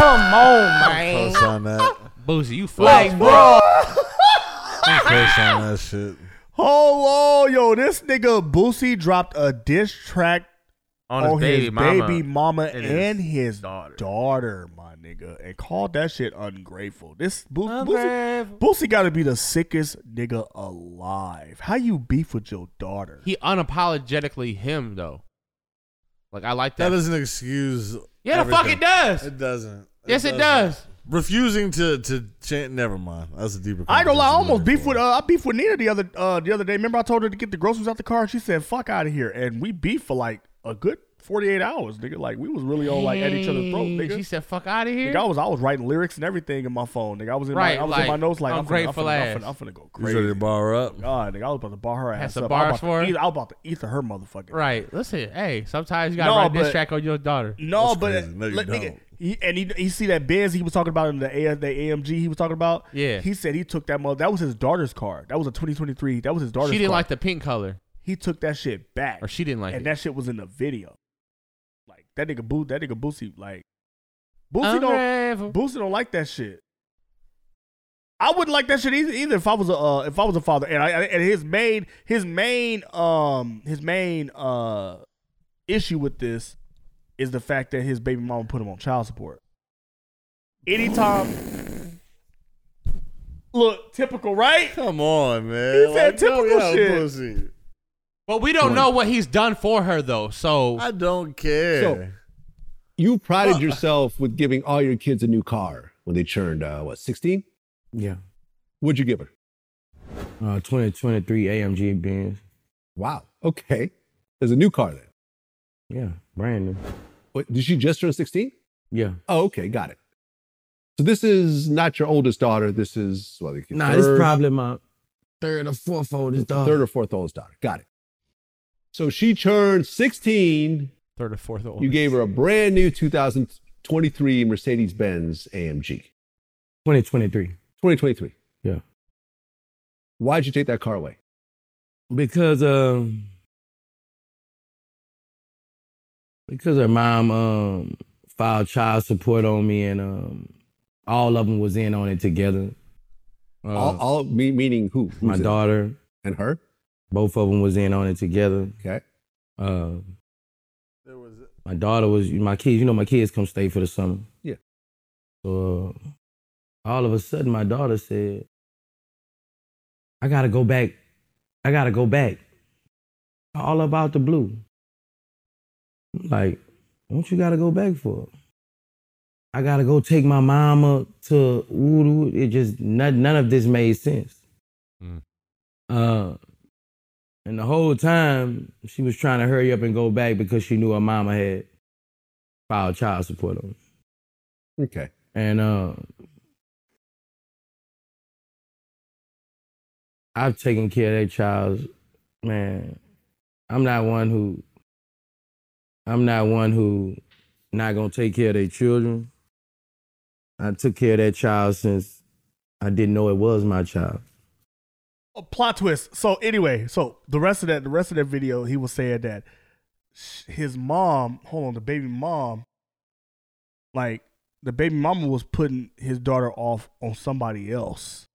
Come on, man. Co-sign that. Boozy, you fuck. Like, bro. Co-sign that shit. Hold on, yo, this nigga Boosie dropped a diss track On his baby mama baby mama and and, his his daughter. my nigga, and called that shit ungrateful. This Bo- Boosie, Boosie got to be the sickest nigga alive. How you beef with your daughter? He unapologetically him though. Like I like that. That doesn't excuse. Yeah, the fuck it everything. does. It doesn't. Yes, it does. Refusing to to change. Never mind. That's a deeper. I ain't gonna lie, I conversation. almost beef with uh, I beef with Nina the other uh, the other day. Remember I told her to get the groceries out the car and she said fuck out of here, and we beefed for like a good forty eight hours, nigga. Like we was really on like at each other's throat, Hey, nigga. She said, "Fuck out of here." Nigga, I was I was writing lyrics and everything in my phone. Nigga, I was in Right, my I was like, in my notes like I'm finna, I'm, ungrateful finna, I'm, ass. finna, I'm finna go You crazy. ready to bar her up? God, nigga, I was about to bar her Had ass some up. I was about bars for to her? eat- I was about to ether her motherfucking. Right. Listen, hey, sometimes you gotta No, write this but- track on your daughter. No, but let- nigga, he, and he, he see that Benz he was talking about in the, A, the AMG he was talking about. Yeah. he said he took that mother. That was his daughter's car. That was a 2023. That was his daughter's. She didn't car. like the pink color. He took that shit back. Or she didn't like and it. that shit was in the video. Like that nigga boo that nigga Boosie like Boosie don't Boosie don't like that shit. I wouldn't like that shit either, either if I was a uh, if I was a father and I I- and his main his main um his main uh issue with this is the fact that his baby mama put him on child support. Anytime Look, typical, right? Come on, man. He said Like, no, typical yeah, shit. pussy. But we don't know what he's done for her though. So I don't care. So, you uh, prided yourself with giving all your kids a new car when they turned uh, what 16 Yeah. what'd you give her Uh, 2023 AMG Benz. wow okay there's a new car then Yeah, brand new. Wait, did she just turn 16 Yeah. oh okay got it so this is not your oldest daughter this is well like your Nah, this third- probably my third or fourth oldest daughter. third or fourth oldest daughter got it so she turned 16 third or fourth oldest. you gave her a brand new 2023 mercedes-benz amg 2023. 2023 Yeah. why'd you take that car away Because um because her mom um filed child support on me and um all of them was in on it together. Uh, all, all me, meaning who Who's my it? daughter and her both of them was in on it together. Okay. Uh, my daughter was my kids. You know, my kids come stay for the summer. Yeah. So uh, all of a sudden, my daughter said, "I gotta go back. I gotta go back." All about the blue. I'm like, what you gotta go back for? I gotta go take my mama to woo It just none, none of this made sense. Hmm. Uh, and the whole time she was trying to hurry up and go back because she knew her mama had filed child support on her. okay And uh, I've taken care of that child, man. I'm not one who, I'm not one who, not gonna take care of their children. I took care of that child since I didn't know it was my child. a plot twist. So anyway, so the rest of that, the rest of that video, he was saying that sh- his mom, hold on, the baby mom, like the baby mama was putting his daughter off on somebody else,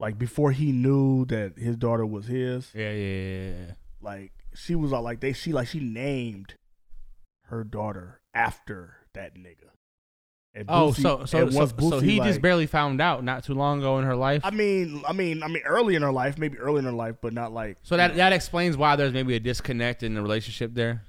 like before he knew that his daughter was his. Yeah, yeah, yeah. Like she was all like they, she like she named her daughter after that nigga. And oh, Boosie- so so and so, once so Boosie, he like- just barely found out not too long ago in her life. I mean, I mean, I mean, early in her life, maybe early in her life, but not like So that that explains why there's maybe a disconnect in the relationship there.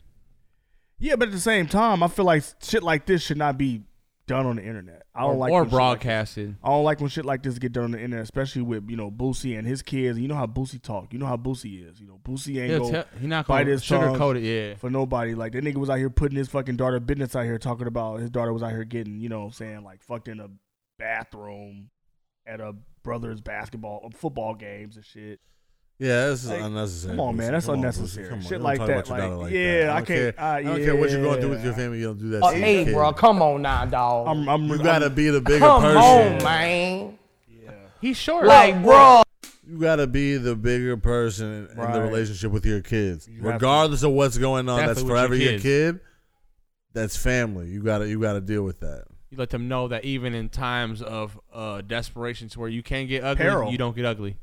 Yeah, but at the same time, I feel like shit like this should not be done on the internet. I don't Or- like or when shit like this- broadcasted. I don't like when shit like this get done on the internet, especially with you know Boosie and his kids. You know how Boosie talk. You know how Boosie is. You know Boosie ain't He'll gonna tell- he not bite gonna his tongue sugarcoat it, yeah. for nobody. Like that nigga was out here putting his fucking daughter business out here talking about his daughter was out here getting you know what I'm saying like fucked in a bathroom at a brother's basketball football games and shit. Yeah, this is Like, unnecessary. Come on, Boosie. man, that's Come on, Boosie. unnecessary. Come on, Shit don't like talk that, about your like, daughter like that. yeah, I, I don't can't. care- I, I don't care what you gonna do with your yeah. family, you don't do that Uh, shit. hey, Okay. bro, come on now, dog. I'm, I'm, You gotta be the bigger come person. on, man. He's short. Like, bro. You gotta be the bigger person in the Right. relationship with your kids, have regardless of what's going on. Definitely that's with your forever your, kids. kid. That's family. You gotta you gotta deal with that. You let them know that even in times of uh, desperation, to where you can get ugly, Peril. you don't get ugly.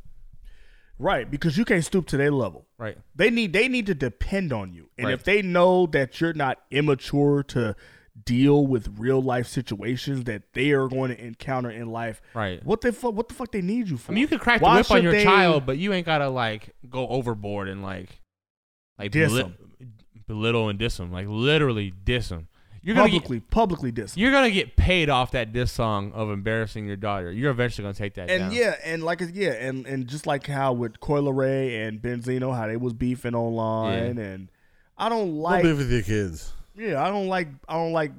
Right, because you can't stoop to their level. Right. They need they need to depend on you. And Right. if they know that you're not immature to deal with real life situations that they are going to encounter in life. Right. What the fuck what the fuck they need you for? I mean, you could crack Why the whip on should your they- child, but you ain't gotta like go overboard and like like Diss beli- belittle and diss him. Like literally diss him. You're gonna publicly publicly diss. get, you're gonna get paid off that diss song of embarrassing your daughter. You're eventually gonna take that And down. yeah, and like it's- yeah, and and just like how with Coil Ray and Benzino, how they was beefing online and I don't Don't like be with your kids. Yeah, I don't like I don't like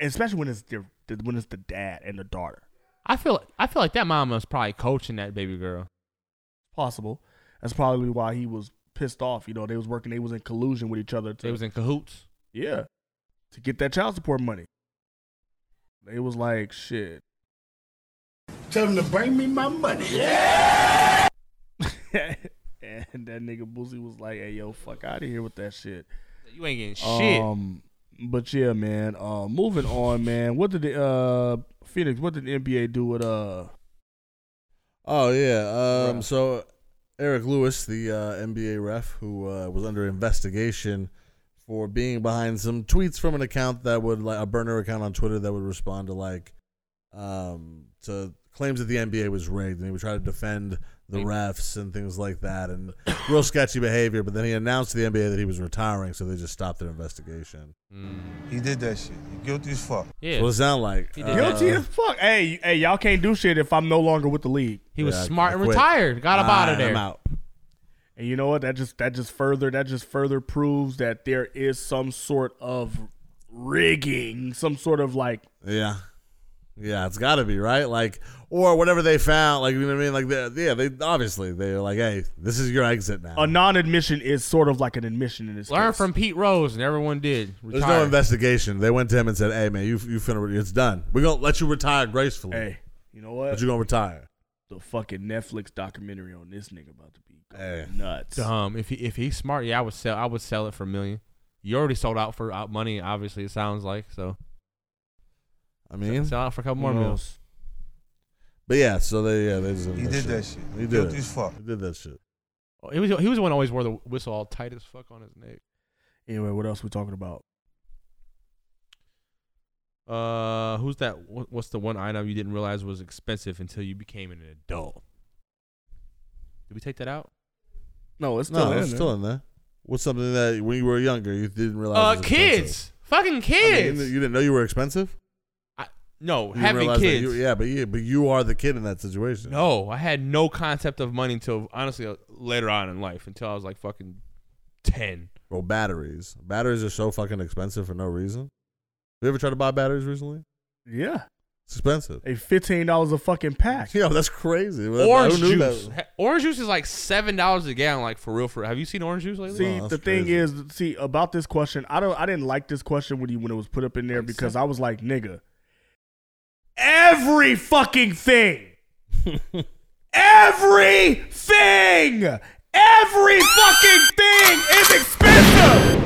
especially when it's their when it's the dad and the daughter. I feel I feel like that mama's probably coaching that baby girl. possible. That's probably why he was pissed off. You know, they was working, they was in collusion with each other. To, They was in cahoots. yeah, to get that child support money. They was like, shit. Tell him to bring me my money. and that nigga Boosie was like, hey, yo, fuck out of here with that shit. You ain't getting shit. Um, but yeah, man. Uh, moving on, man. What did the uh Phoenix? What did the NBA do with uh? Oh yeah. Um. So Eric Lewis, the uh, NBA ref, who uh, was under investigation for being behind some tweets from an account that would like a burner account on Twitter that would respond to like um to claims that the NBA was rigged, and he would try to defend the refs and things like that, and real sketchy behavior. But then he announced to the NBA that he was retiring, so they just stopped their investigation. He did that shit. You guilty as fuck. Yeah. What does it sound like? He did. Guilty Uh, as fuck. Hey, hey, y'all can't do shit if I'm no longer with the league. He was Yeah, I- smart I and quit. retired. Got up outta Ah, there. I'm out. And you know what? That just that just further that just further proves that there is some sort of rigging, some sort of like Yeah. Yeah, it's got to be right, like or whatever they found, like you know what I mean, like they, yeah, they obviously they're like, hey, this is your exit now. a non-admission is sort of like an admission in this. Learn from Pete Rose, and everyone did. There's Retire. no investigation. They went to him and said, hey man, you you finna it's done. We're gonna let you retire gracefully. Hey, you know what? But you're gonna retire. The fucking Netflix documentary on this nigga about to be going nuts. Dumb. um, If he if he's smart, yeah, I would sell. I would sell it for a million. You already sold out for out money. Obviously, it sounds like so. I mean, sell out for a couple who more knows? mils. But yeah, so they yeah they just He did that shit. He did Guilty it. as fuck. He did that shit. Oh, He was he was the one who always wore the whistle all tight as fuck on his neck. Anyway, what else we talking about? Uh, who's that? wh- What's the one item you didn't realize was expensive until you became an adult? Did we take that out? No, it's no, it's still in there. What's something that when you were younger you didn't realize? Uh, was expensive? kids, fucking I mean, kids. you didn't know you were expensive. no, You didn't having realize that kids. you- yeah, but yeah, but you are the kid in that situation. No, I had no concept of money until honestly uh, later on in life until I was like fucking ten. Bro, batteries. Batteries are so fucking expensive for no reason. You ever tried to buy batteries recently? Yeah, It's expensive. a fifteen dollars a fucking pack. Yo, that's crazy. Orange juice. Ha- Orange juice is like seven dollars a gallon. Like for real, for have you seen orange juice lately? See, the thing is, see about this question, I don't, I didn't like this question when you when it was put up in there because I was like, nigga, every fucking thing, everything, every fucking thing is expensive.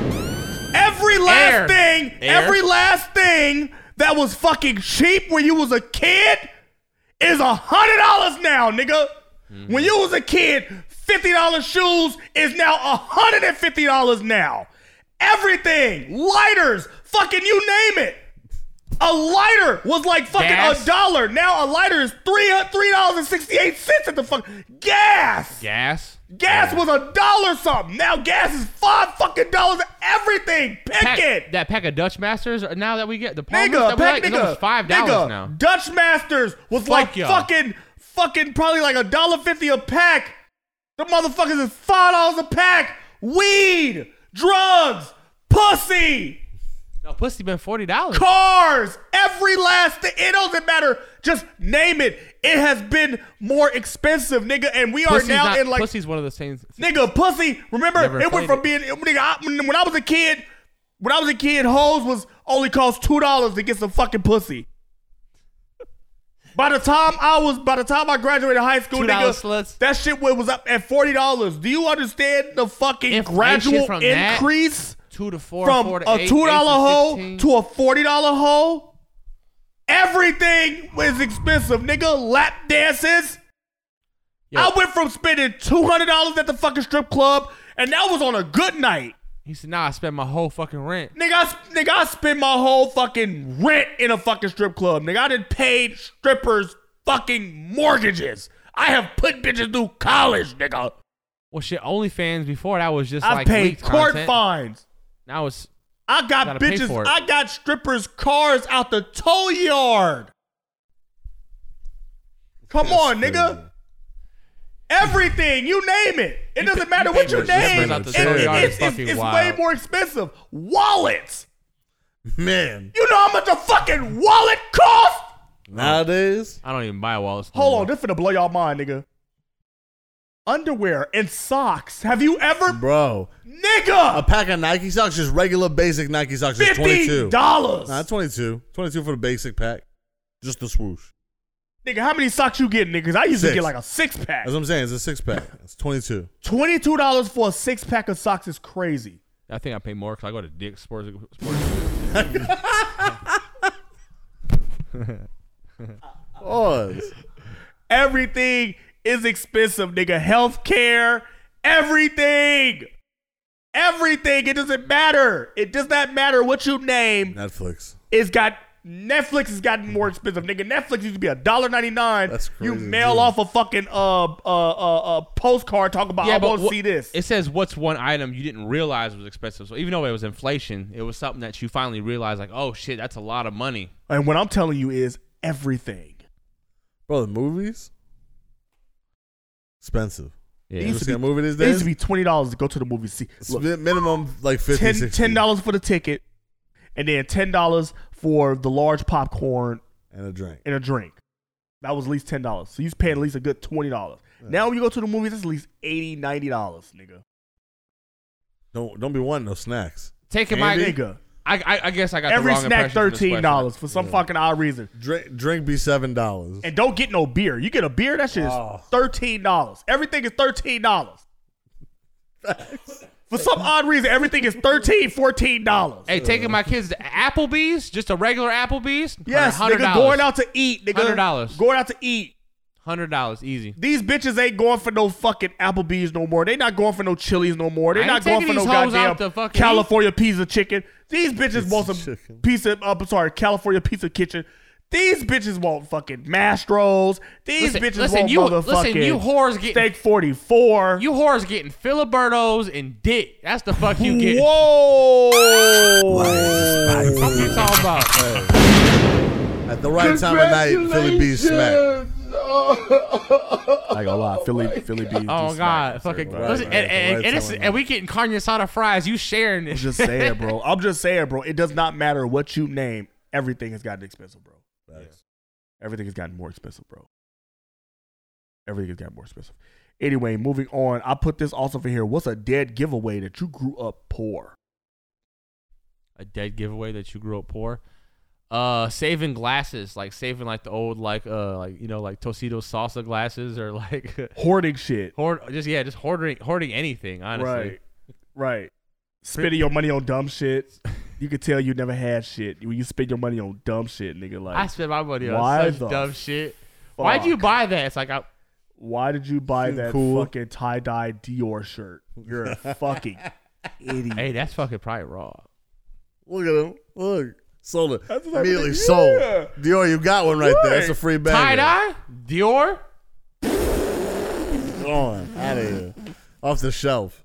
Every last Air. thing, Air. every last thing that was fucking cheap when you was a kid is a hundred dollars now, nigga. When you was a kid, fifty dollars shoes is now hundred and fifty dollars now. Everything, lighters, fucking you name it. A lighter was like fucking Gas. a dollar. Now a lighter is three three dollars and sixty eight cents at the fuck gas. gas. Gas was a dollar something. Now gas is five fucking dollars. Everything. Pick it. That pack of Dutch Masters uh, now that we get the Palmers Nigga, that we pack like, is nigga, almost five nigga, dollars now. Dutch Masters was like y'all. fucking, fucking probably like a dollar fifty a pack. The motherfuckers is five dollars a pack. Weed, drugs, pussy, No, pussy been forty dollars. cars, every last thing. It doesn't matter. Just name it. It has been more expensive, nigga. And we are Pussy's now not- in like pussy's one of those things. Nigga, pussy. Remember, Never it went played from being nigga. I, when I was a kid, when I was a kid, hoes was only cost two dollars to get some fucking pussy. By the time I was, by the time I graduated high school, $2 nigga, that shit was was up at forty dollars. Do you understand the fucking gradual from that increase Two to four, from four to a eight, two dollar eight to hole 16. to a forty dollar hole? Everything is expensive, nigga. Lap dances. I went from spending two hundred dollars at the fucking strip club, and that was on a good night. He said, "Nah, I spent my whole fucking rent." Nigga, I, sp- nigga, I spent my whole fucking rent in a fucking strip club. Nigga, I done paid strippers fucking mortgages. I have put bitches through college, nigga. Well, shit, OnlyFans before that was just I like paid leaked court content. fines. Now it's I got Gotta pay bitches. for it. I got strippers' cars out the tow Oh, yard. Come on, nigga. Everything you name it, it doesn't matter what you Just bring name. out It, the it, tow yard it's is it's- fucking it's way wild. more expensive. Wallets. Man, You know how much a fucking wallet costs? nowadays I don't even buy wallets. Hold on, this finna blow y'all mind, nigga. Underwear and socks. Have you ever, bro, nigga? A pack of Nike socks, just regular basic Nike socks, is twenty two $50. Nah, twenty two. Twenty two for the basic pack, just the swoosh. Nigga, how many socks you get, niggas? I used to Six. get like a six pack. That's what I'm saying. It's a six pack. It's twenty two. Twenty-two dollars for a six pack of socks is crazy. I think I pay more because I go to Dick's Sports. sports. Pause. Everything is expensive, nigga. Healthcare, everything, everything. It doesn't matter. It does not matter what you name. Netflix. It's got Netflix has gotten more expensive, nigga. Netflix used to be a dollar ninety nine. That's You crazy, mail off a fucking uh uh uh, uh postcard talking about I won't what- see this. It says what's one item you didn't realize was expensive. So even though it was inflation, it was something that you finally realized, like, oh shit, that's a lot of money. And what I'm telling you is everything. Bro, the movies expensive. Yeah, you used ever to see be- a movie these It used days? to be twenty dollars to go to the movie. See, It's mi- minimum like 50, 10 60. dollars for the ticket, and then ten dollars for the large popcorn and a drink. And a drink. That was at least ten dollars. So you was paying at least a good twenty dollars. Now when you go to the movies, it's at least 80 dollars, nigga. Don't don't be wanting no snacks. Taking my Andy? Nigga. I, I I guess I got Every the snack wrong impression from this thirteen question. dollars for some Yeah. fucking odd reason. Drink drink be seven dollars. And don't get no beer. You get a beer, that shit is Oh. thirteen dollars. Everything is thirteen dollars. For some odd reason, everything is 13 dollars. Hey, taking my kids to Applebee's, just a regular Applebee's. Yes, $100. nigga, going out to eat, nigga. Hundred dollars. Going out to eat. Hundred dollars, easy. These bitches ain't going for no fucking Applebee's no more. They not going for no Chili's no more. They I not ain't going for taking no these hoes out goddamn to fucking California pizza chicken. These bitches want some piece of uh, sorry California pizza kitchen. These bitches want fucking mastros. These Listen- bitches listen, want you- motherfucking listen, you whores getting- steak forty four. You whores getting filibertos and dick. That's the fuck you get. Oh! Whoa! What you talking about? At the right time of night, Philly B smack. I ain't gonna lie, Philly, Philly B. Oh God, fucking Right, listen, right, and, and, right, and, it's- telling and we getting carne asada fries. You sharing I'm this? just saying, bro. I'm just saying, bro. It does not matter what you name. Everything has gotten expensive, bro. Everything has gotten more expensive, bro. Everything has gotten more expensive. Anyway, moving on. I put this also for here. What's a dead giveaway that you grew up poor? a dead giveaway that you grew up poor. Uh, saving glasses, like saving like the old like uh like you know like Tostitos salsa glasses or like Hoarding shit. hoard just yeah just hoarding hoarding anything honestly. Right. Right. Spending your money on dumb shit. You could tell you never had shit when you spend your money on dumb shit, nigga. Like I spent my money why on the such dumb shit. Why'd you fuck? buy that? It's like I, Why did you buy that Cool. fucking tie dye Dior shirt? You're a fucking idiot. hey, that's fucking probably raw. Look at him. Look. Sold it. That's what I Immediately think, sold. yeah. Dior, you got one right there. That's a Right. free Tie bag. dye, Dior. Gone. Out of here. off the shelf.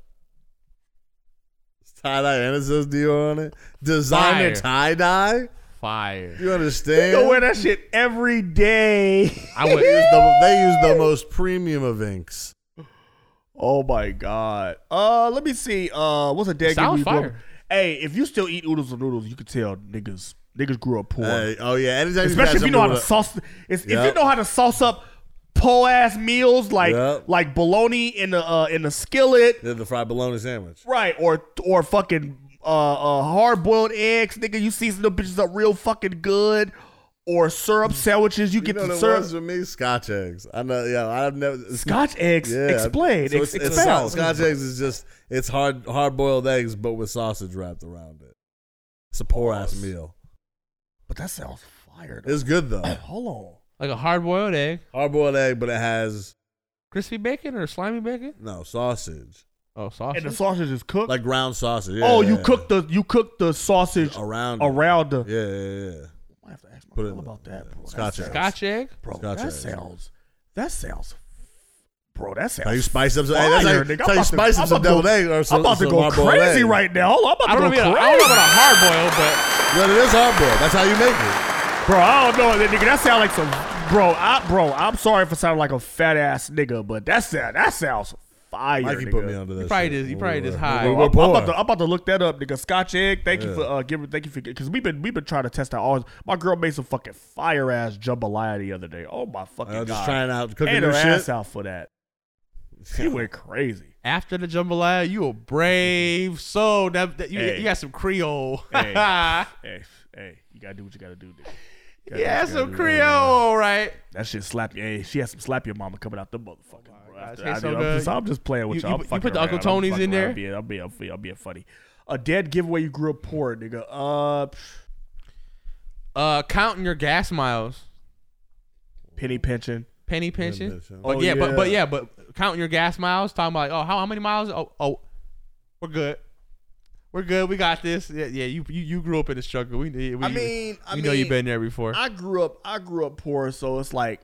It's tie dye and it says Dior on it. Fire. Designer tie dye. Fire. You understand? You gonna wear that shit every day. I would. use the, they use the most premium of inks. Oh my god. Uh, let me see. Uh, what's a dead Sounds game? we grew up- fire. Hey, if you still eat oodles and noodles, you can tell niggas niggas grew up poor. Hey, oh yeah, anytime you especially got if you know how to something sauce. with It's, If you Yep. know how to sauce up po ass meals like Yep. like bologna in the uh, in the skillet, the, the fried bologna sandwich, right? Or or fucking uh, uh hard boiled eggs, nigga. You season them bitches up real fucking good. Or syrup sandwiches. You, get know the what it syrup. was with me? Scotch eggs. I know. Yeah, I've never Scotch eggs? Explain, So ex- it's, it's expound. Scotch eggs is just it's hard hard boiled eggs, but with sausage wrapped around it. It's a poor ass meal. But that sounds fire. It's good though. Hold on. Like a hard boiled egg. Hard boiled egg, but it has Crispy bacon or slimy bacon? no sausage. Oh, sausage. And the sausage is cooked like ground sausage. Yeah, oh, you yeah, cook the you cook the sausage around it. around the. Yeah, yeah, yeah. I have to ask Put it in about that, bro. Scotch That egg. sounds- Scotch egg? Bro, Scotch that eggs. sounds that sounds Bro, that sounds How you spice up some- hey, fire, that's how you- nigga. that's I'm how you about to- spice up I'm some about to- deviled egg or some- I'm about to some go hard-boiled crazy egg. right now. Hold on, I I'm don't, about know to go about a, I don't know crazy. about a hard boil, but But it is hard boiled. That's how you make it. Bro, I don't know. That nigga, that sounds like some bro, I bro, I'm sorry for sounding like a fat ass nigga, but that's that that sounds fire. Mikey nigga. put me onto that. you probably shit. just you We probably were- just we high. were I'm, I'm poor. about to, I'm about to look that up, nigga. Scotch egg. Thank you Yeah. for uh, giving. Thank you for because we've been we've been trying to test out all. My girl made some fucking fire ass jambalaya the other day. Oh my fucking I was god! just trying out cooking Ate new her shit. ass out for that. She went crazy. After the jambalaya, you a brave soul. That, that- you, Hey. you got some Creole. hey, hey, hey, you gotta do what you gotta do, nigga. You gotta do what you yeah, gotta some do. Creole, right? That shit slap you. Hey, she had some slap your mama coming out the motherfucker. bro. God, After- it tastes I, so am just, good. I'm just playing with y'all. You- you I'm put- you fucking put the around. Uncle I'm Tony's fucking in around. there? I'm being, I'm, being, I'm, being, I'm being funny. A dead giveaway you grew up poor, nigga. Uh, Uh, counting your gas miles, penny pension. penny pension. pension. Oh, Oh, yeah, but but yeah. yeah, but counting your gas miles. Talking about like, oh, how, how many miles? Oh, oh, we're good. We're good. We got this. Yeah, yeah. You you, you grew up in the struggle. We, we I mean, I we know you've mean, been there before. I grew up. I grew up poor, so it's like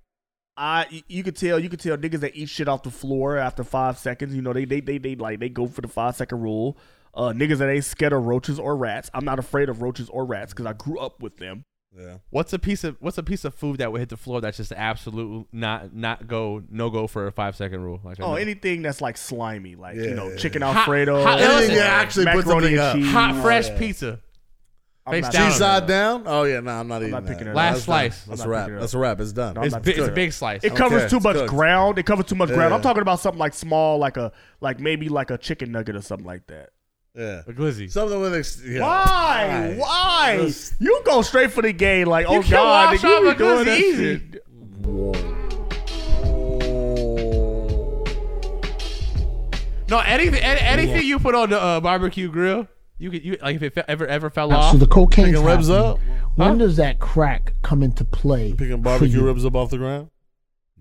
I. y- You could tell. You could tell niggas that eat shit off the floor after five seconds. You know they they they, they like they go for the five second rule. Uh, niggas that ain't scared of roaches or rats. I'm not afraid of roaches or rats because I grew up with them. Yeah. What's a piece of what's a piece of food that would hit the floor that's just absolute not not go no go for a five second rule? Like I Oh, know. anything that's like slimy, like you know, Yeah. chicken Hot- Alfredo, hot- Anything listen, that actually puts macaroni something and up. cheese. hot fresh pizza. I'm Face not- down. Cheese side down? Oh yeah, no, nah, I'm not eating not that. picking it Nah, up. Last that's slice. Done. That's I'm not a wrap. picking it That's up. a wrap. It's done. No, I'm It's not big- it's picking a up. big slice. Oh, It covers Okay, too it's much cooked. ground. It covers too much ground. I'm Yeah. talking about something like small, like a like maybe like a chicken nugget or something like that. Yeah. A glizzy. Something with ex- yeah. Why? Why? Just- You go straight for the game, like oh You can god, wash nigga, you off be a doing glizzy that easy. shit. No, anything any, anything you put on the uh, barbecue grill, you could you like if it fe- ever ever fell off. So the cocaine's Picking ribs happening. up. When does that crack come into play? Picking for Hmm. barbecue you? ribs up off the ground?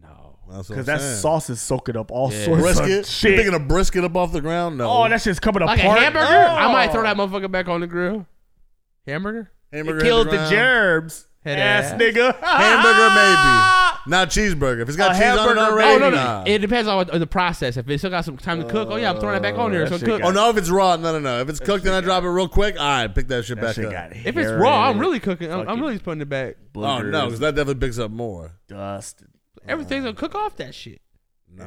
No. That's what Because I'm that saying. sauce is soaking up all Yeah. sorts Brisket? of shit. You picking a brisket up off the ground? No. oh, that shit's coming Like apart. a hamburger, Oh. I might throw that motherfucker back on the grill. Hamburger. Hamburger It hit killed the, ground. germs. Head ass, ass. nigga. Hamburger maybe. Not cheeseburger. If it's got A cheese on it hamburger, already, Oh no, no. nah. It depends on, what, on the process. If it still got some time to cook, oh yeah, I'm throwing it back on there. So cook. Oh no, if it's raw, no, no, no. If it's cooked and I drop it real quick, all right, pick that shit That back shit up. got If it's hairy, raw, I'm really cooking. I'm, I'm fucking really putting it back. oh no, boogers, because that definitely picks up more. dust. Everything's gonna cook off that shit. Nah.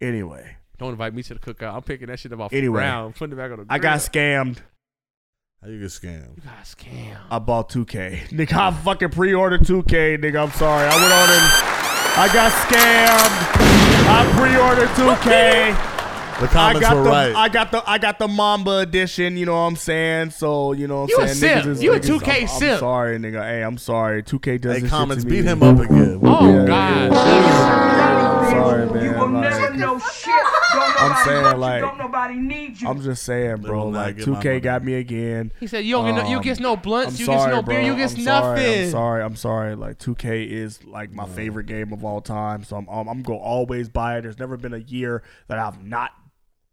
Anyway, Don't invite me to the cookout. I'm picking that shit up off Anyway, the ground, putting it back on the grill. I got scammed. How you get scammed? You got scammed. I bought 2K. Nigga, I fucking pre-ordered 2K, nigga. I'm sorry. I went on and I got scammed. I pre-ordered 2K. The I comments got were the right. I got the I got the Mamba edition, you know what I'm saying? So, you know what You I'm a saying? simp. You a niggas- 2K I'm, I'm simp. sorry, nigga. Hey, I'm sorry. 2K does Hey, this comments shit to beat me. him up again. Oh god. I'm sorry, man. You will Like, never know shit. Don't I'm nobody saying, want like, you. Don't nobody need you. I'm just saying, bro. will not Like get my 2K got me again. He said, "You don't get no- you gets no blunts, you gets no beer, you gets I'm sorry, I'm nothing." sorry. I'm sorry. Like 2K is like my favorite game of all time, so I'm um, I'm gonna always buy it. There's never been a year that I've not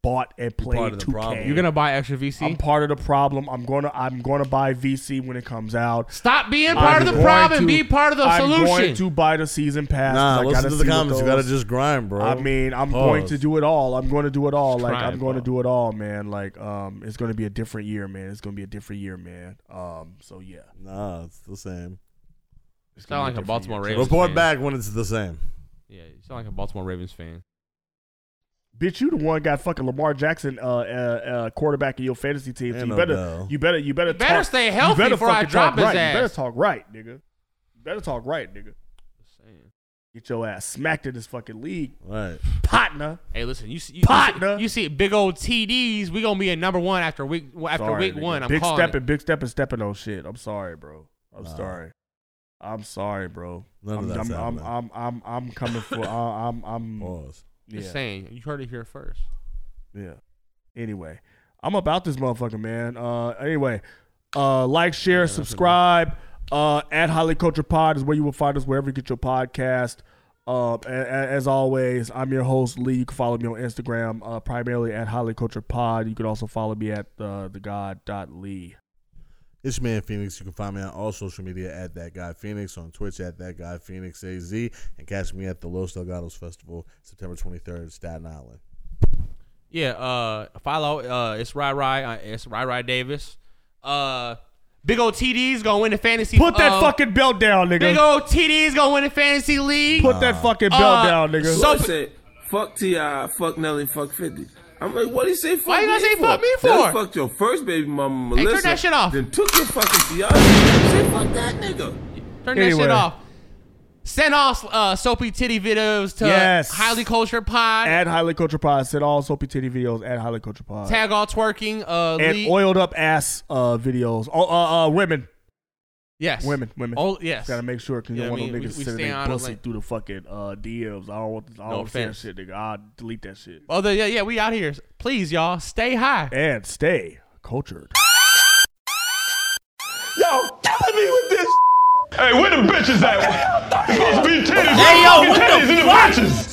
bought and played part of the 2K. problem. You're gonna buy extra VC? I'm part of the problem. I'm gonna I'm gonna buy VC when it comes out. Stop being part of the problem. Be part of the I'm solution. going to buy the season pass. 'cause Nah, I listen gotta to the see what comments. You gotta those- just grind, bro. I mean, I'm Pause. going to do it all. I'm going to do it all. Like grind, I'm going to do it all, man. Like um, it's going to be a different year, man. It's going to be a different year, man. Um, so yeah. Nah, it's the same. It's not like a Baltimore Ravens. Report fan. back when it's the same. Yeah, you sound like a Baltimore Ravens fan. Bitch, you the one got fucking Lamar Jackson, uh, uh, uh quarterback of your fantasy team. So Ain't you no better, doubt. you better, you better, You better talk- stay healthy before I fucking drop talk his right. ass. You better talk right, nigga. You better talk right, nigga. Get your ass smacked in this fucking league, right, partner. Hey, listen, you see, you, partner. You see, big old TDs. We gonna be a number one after week after Sorry, week nigga. one. I'm big calling. step it. and big step and stepping on shit. I'm sorry, bro. I'm Nah. sorry. I'm sorry, bro. None of I'm, that's I'm, I'm, I'm, I'm, I'm coming for. I- I'm, I'm. Pause. Yeah, Just saying, you heard it here first. yeah. Anyway, I'm about this motherfucker, man. Uh, anyway, uh, like, share, subscribe. Uh, at Holly Culture Pod is where you will find us wherever you get your podcast. Uh, a- a- as always, I'm your host Lee. You can follow me on Instagram, uh, primarily at Holly Culture Pod. You can also follow me at uh, the God Lee. It's your man Phoenix. You can find me on all social media at that guy Phoenix on Twitch at that guy Phoenix AZ and catch me at the Los Delgados Festival September 23rd, Staten Island. Yeah, uh, follow. Uh, it's Ry Ry. Uh, it's Ry Ry Davis. Uh, big old TDs gonna win the fantasy. Put that uh, fucking belt down, nigga. Big old TDs gonna win the fantasy league. Put that fucking belt Uh, down, nigga. So So said, fuck Ti, fuck Nelly, fuck Fifty. I'm like, what do you say? Fuck Why you me gotta say for? fuck me Nelly for? fucked your first baby mama, Hey, turn Melissa. that shit off. Then took your fucking fiance. Say fuck that nigga. turn that Anyway. shit off. Send off uh, soapy titty videos to Yes. highly cultured pod. at Highly Culture Pod. Send all soapy titty videos at Highly Culture Pod. Tag all twerking. Uh, and Lee- oiled up ass uh, videos. Oh, uh, uh, women. Yes. Women, women. Oh, yes. Gotta make sure because you Yeah, don't I want mean, no we- niggas we sending stay their on the pussy link. through the fucking uh, DMs. I don't want, I don't No want to see that offense. shit, nigga. I'll delete that shit. Oh, the, yeah, yeah, we out here. Please, y'all, stay high. And stay cultured. Yo, killing me with this. Hey, where the bitches at? It's supposed to be titties. Hey, yo, Where what the fucking the titties and the fuck? bitches?